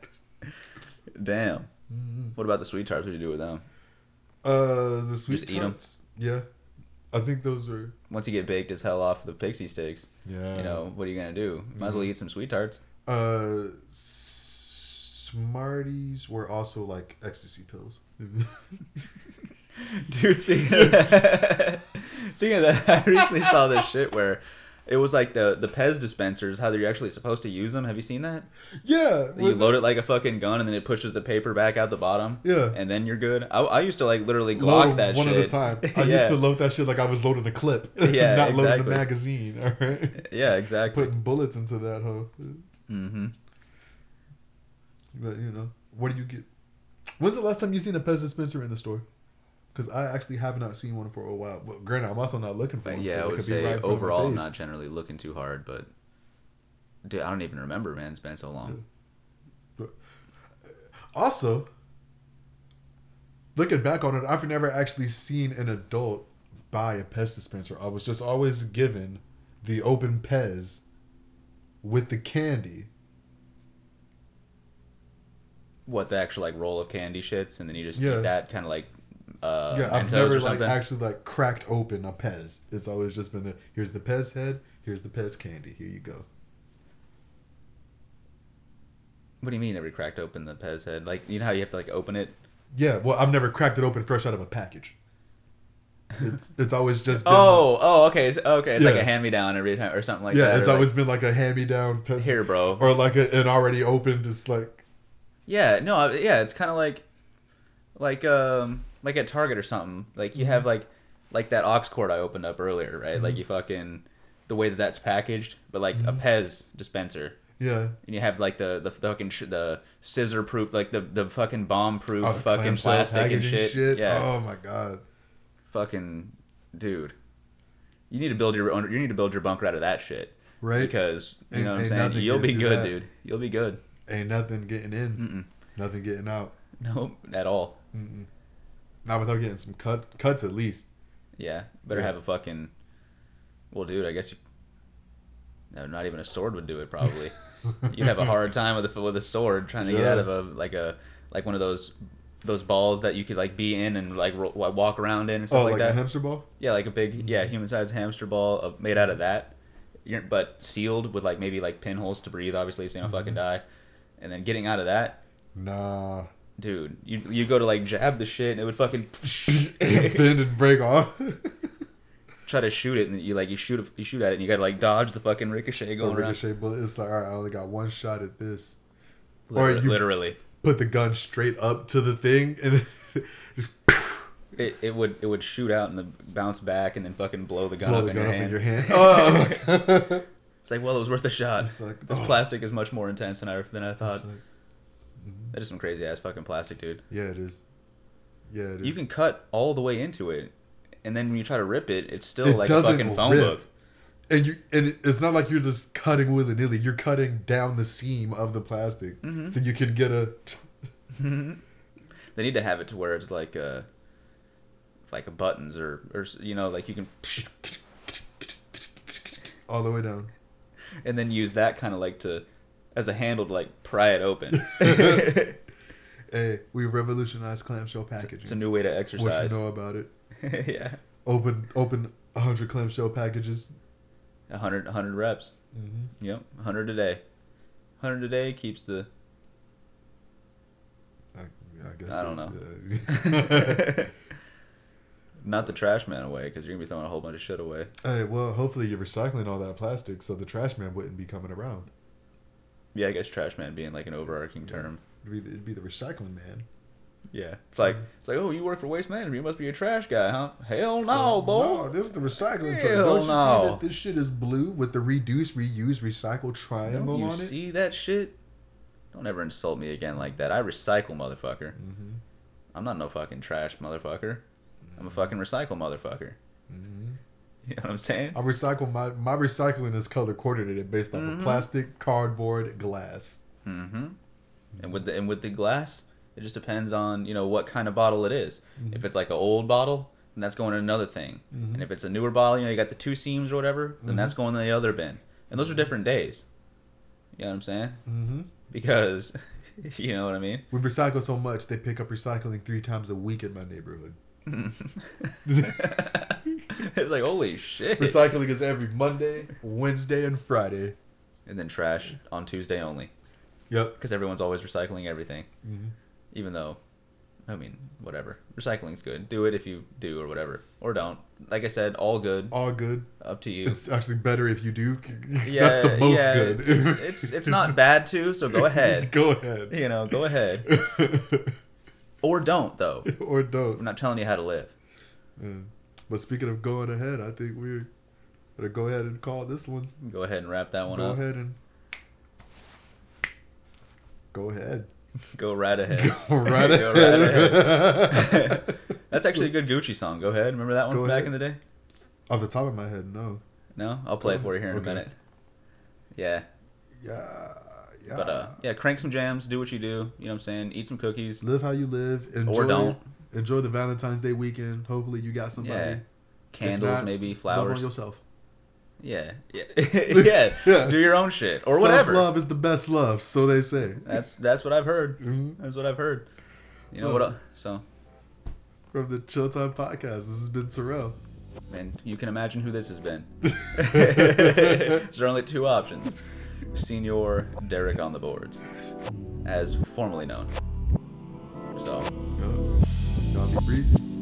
Speaker 1: Damn. What about the sweet tarts? What do you do with them?
Speaker 2: Uh, the sweet
Speaker 1: Just eat 'em?
Speaker 2: tarts. Yeah, I think those are.
Speaker 1: Once you get baked as hell off the pixie sticks,
Speaker 2: Yeah. Mm-hmm.
Speaker 1: you know what are you gonna do? Might as well eat some sweet tarts.
Speaker 2: Uh, Smarties were also like ecstasy pills.
Speaker 1: Dude, speaking of that, speaking of that, I recently saw this shit where it was like the the Pez dispensers, how they're actually supposed to use them. Have you seen that?
Speaker 2: yeah.
Speaker 1: You
Speaker 2: with-
Speaker 1: load it like a fucking gun, and then it pushes the paper back out the bottom.
Speaker 2: Yeah.
Speaker 1: and then you're good. I, I used to like literally
Speaker 2: load
Speaker 1: Glock
Speaker 2: 'em
Speaker 1: that
Speaker 2: one
Speaker 1: shit
Speaker 2: at a time. I used
Speaker 1: Yeah.
Speaker 2: to load that shit like I was loading a clip.
Speaker 1: Yeah,
Speaker 2: not loading
Speaker 1: exactly.
Speaker 2: a magazine. All right.
Speaker 1: Yeah, exactly.
Speaker 2: Putting bullets into that hoe.
Speaker 1: hmm
Speaker 2: But you know, what do you get? When's the last time you seen a Pez dispenser in the store? Because I actually have not seen one for a while. Well, granted, I'm also not looking for
Speaker 1: But
Speaker 2: one.
Speaker 1: yeah,
Speaker 2: so
Speaker 1: I
Speaker 2: it
Speaker 1: would
Speaker 2: could be
Speaker 1: say
Speaker 2: right in front of my
Speaker 1: overall, I'm
Speaker 2: face.
Speaker 1: not generally looking too hard, but dude, I don't even remember, man. It's been so
Speaker 2: Mm.
Speaker 1: long.
Speaker 2: Also, looking back on it, I've never actually seen an adult buy a Pez dispenser. I was just always given the open Pez with the candy.
Speaker 1: What the actual like roll of candy shits, and then you just
Speaker 2: Yeah.
Speaker 1: eat that kind of like uh,
Speaker 2: yeah, I've
Speaker 1: Mentos
Speaker 2: never
Speaker 1: or
Speaker 2: like
Speaker 1: something.
Speaker 2: actually like cracked open a Pez. It's always just been the here's the Pez head, here's the Pez candy. Here you go.
Speaker 1: What do you mean? Every cracked open the Pez head, like you know how you have to like open it
Speaker 2: Yeah, well, I've never cracked it open fresh out of a package. It's it's always just been
Speaker 1: Oh, oh, okay, it's- okay. It's like
Speaker 2: Yeah.
Speaker 1: a hand me down every time or something like
Speaker 2: like, yeah,
Speaker 1: that.
Speaker 2: it's
Speaker 1: or
Speaker 2: always been like a hand me down
Speaker 1: like, here, bro.
Speaker 2: or like a, an already open just like
Speaker 1: Yeah, no, I- yeah, it's kind of like, like, um, like at Target or something. Like you
Speaker 2: Mm-hmm.
Speaker 1: have like, like that aux cord I opened up earlier, right? Like you fucking, the way that that's packaged, but like
Speaker 2: Mm-hmm.
Speaker 1: a Pez dispenser,
Speaker 2: yeah.
Speaker 1: and you have like the the fucking sh- the scissor proof, like the the fucking bomb proof,
Speaker 2: Oh, the
Speaker 1: fucking
Speaker 2: clamshell
Speaker 1: plastic and
Speaker 2: packaging
Speaker 1: shit. Yeah,
Speaker 2: Oh my god.
Speaker 1: fucking dude. You need to build your own. You need to build your bunker out of that shit,
Speaker 2: Right.
Speaker 1: Because you
Speaker 2: Ain't-
Speaker 1: know what I'm
Speaker 2: ain't
Speaker 1: saying.
Speaker 2: nothing
Speaker 1: You'll
Speaker 2: getting
Speaker 1: be
Speaker 2: through
Speaker 1: good,
Speaker 2: that.
Speaker 1: dude. You'll be good.
Speaker 2: Ain't nothing getting in. Nothing getting out.
Speaker 1: Nope, at all.
Speaker 2: Not without getting some cut cuts at least.
Speaker 1: Yeah, better
Speaker 2: Yeah.
Speaker 1: have a fucking. Well, dude, I guess you. No, not even a sword would do it. Probably, you'd have a hard time with a with a sword trying to get
Speaker 2: Yeah.
Speaker 1: out of a like a like one of those those balls that you could like be in and like ro- wa- walk around in and stuff
Speaker 2: Oh,
Speaker 1: like,
Speaker 2: like,
Speaker 1: that.
Speaker 2: a hamster ball?
Speaker 1: yeah, like a big yeah human sized hamster ball of, made out of that, You're, but sealed with like maybe like pinholes to breathe, obviously, so you don't fucking
Speaker 2: Mm-hmm.
Speaker 1: die. And then getting out of that,
Speaker 2: Nah.
Speaker 1: dude, you you go to like jab the shit and it would fucking
Speaker 2: Bend and break off.
Speaker 1: try to shoot it, and you like you shoot you shoot at it, and you gotta like dodge the fucking ricochet
Speaker 2: the
Speaker 1: going around.
Speaker 2: ricochet bullet. It's like, all right, I only got one shot at this.
Speaker 1: Liter-
Speaker 2: or you
Speaker 1: literally,
Speaker 2: put the gun straight up to the thing and just
Speaker 1: it, it would it would shoot out and then bounce back, and then fucking blow the gun
Speaker 2: blow
Speaker 1: up
Speaker 2: the
Speaker 1: in
Speaker 2: gun
Speaker 1: your
Speaker 2: up
Speaker 1: hand.
Speaker 2: in your hand. Oh, my God.
Speaker 1: It's like, well, it was worth a shot.
Speaker 2: It's like,
Speaker 1: this
Speaker 2: oh.
Speaker 1: plastic is much more intense than I than I thought.
Speaker 2: It's like-
Speaker 1: That is some crazy ass fucking plastic, dude.
Speaker 2: yeah, it is. Yeah, it is.
Speaker 1: You can cut all the way into it, and then when you try to rip it, it's still
Speaker 2: It
Speaker 1: like a
Speaker 2: doesn't
Speaker 1: fucking phone
Speaker 2: rip.
Speaker 1: book.
Speaker 2: and you and it- it's not like you're just cutting willy nilly. You're cutting down the seam of the plastic,
Speaker 1: Mm-hmm.
Speaker 2: so you can get a.
Speaker 1: They need to have it to where it's like uh like a buttons or or s- you know like you can
Speaker 2: all the way down.
Speaker 1: and then use that kind of like to as a handle to like pry it open.
Speaker 2: Hey, we revolutionized clamshell packaging.
Speaker 1: It's a new way to
Speaker 2: what you
Speaker 1: exercise.
Speaker 2: know about it?
Speaker 1: yeah.
Speaker 2: Open, open hundred clamshell packages.
Speaker 1: 100, 100 reps.
Speaker 2: Mm-hmm.
Speaker 1: Yep. 100 a day. 100 a day keeps the.
Speaker 2: I, I guess.
Speaker 1: I
Speaker 2: so,
Speaker 1: don't know.
Speaker 2: yeah.
Speaker 1: Not the trash man away because you're going to be throwing a whole bunch of shit away.
Speaker 2: hey, well, hopefully you're recycling all that plastic, so the trash man wouldn't be coming around.
Speaker 1: Yeah, I guess trash man being like an overarching term.
Speaker 2: It'd be, it'd be the recycling man.
Speaker 1: Yeah. It's like, it's like, oh, you work for waste management. You must be a trash guy, huh? Hell no, boy.
Speaker 2: No, this is the recycling truck.
Speaker 1: Hell
Speaker 2: Don't you see
Speaker 1: no.
Speaker 2: that this shit is blue with the reduce, reuse, recycle
Speaker 1: Don't
Speaker 2: triangle
Speaker 1: you
Speaker 2: on it?
Speaker 1: see that shit? Don't ever insult me again like that. I recycle, motherfucker.
Speaker 2: Mm-hmm.
Speaker 1: I'm not no fucking trash, motherfucker. I'm a fucking recycle, motherfucker. You know what I'm saying?
Speaker 2: Mm-hmm. I recycle my my recycling is color coordinated based off of plastic, cardboard, glass.
Speaker 1: Mm-hmm. And with the and with the glass, it just depends on you know what kind of bottle it is. If it's like an old bottle, then that's going in another thing. And if it's a newer bottle, you know you got the two seams or whatever, then that's going in the other bin. And those are different days. You know what I'm saying?
Speaker 2: Mm-hmm.
Speaker 1: Because you know what I mean.
Speaker 2: We recycle so much they pick up recycling three times a week in my neighborhood.
Speaker 1: it's like holy shit.
Speaker 2: Recycling is every Monday, Wednesday, and Friday.
Speaker 1: and then trash on Tuesday only,
Speaker 2: Yep.
Speaker 1: because everyone's always recycling everything.
Speaker 2: Mhm.
Speaker 1: Even though, I mean, whatever. Recycling's good. Do it if you do or whatever, or don't. Like I said, all good.
Speaker 2: All good.
Speaker 1: Up to you.
Speaker 2: It's actually better if you do.
Speaker 1: Yeah,
Speaker 2: That's the most
Speaker 1: yeah,
Speaker 2: good.
Speaker 1: It's, it's it's not bad too, so go ahead.
Speaker 2: Go ahead.
Speaker 1: You know, go ahead. Or don't though.
Speaker 2: or
Speaker 1: I'm
Speaker 2: don't.
Speaker 1: not telling you how to live.
Speaker 2: Yeah. But speaking of going ahead, I think we better go ahead and call this one.
Speaker 1: Go ahead and wrap that one
Speaker 2: go
Speaker 1: up.
Speaker 2: ahead and go ahead.
Speaker 1: Go right ahead.
Speaker 2: Go right
Speaker 1: Go
Speaker 2: ahead.
Speaker 1: right ahead. That's actually a good Gucci song. Go ahead. Remember that one
Speaker 2: Go
Speaker 1: from back
Speaker 2: ahead.
Speaker 1: in the day?
Speaker 2: Off the top of my head, no.
Speaker 1: No, I'll play it for you here in
Speaker 2: Okay.
Speaker 1: a minute. Yeah,
Speaker 2: Yeah, yeah.
Speaker 1: but uh, yeah, crank some jams. Do what you do. You know what I'm saying? Eat some cookies.
Speaker 2: live how you live. Enjoy,
Speaker 1: don't.
Speaker 2: Enjoy the Valentine's Day weekend. Hopefully, you got somebody.
Speaker 1: Yeah.
Speaker 2: If
Speaker 1: Candles,
Speaker 2: not,
Speaker 1: maybe
Speaker 2: Love on
Speaker 1: flowers.
Speaker 2: yourself.
Speaker 1: Yeah, yeah, yeah.
Speaker 2: Yeah.
Speaker 1: Do your own shit or whatever.
Speaker 2: Love is the best love, so they say.
Speaker 1: That's that's what I've heard.
Speaker 2: Mhm.
Speaker 1: That's what I've heard. You know
Speaker 2: So-
Speaker 1: what? el- So,
Speaker 2: From the Chill Time Podcast, this has been Terrell.
Speaker 1: and you can imagine who this has been. There's only two options: Senior Derek on the boards, as formerly known. So,
Speaker 2: Yeah. Breezy.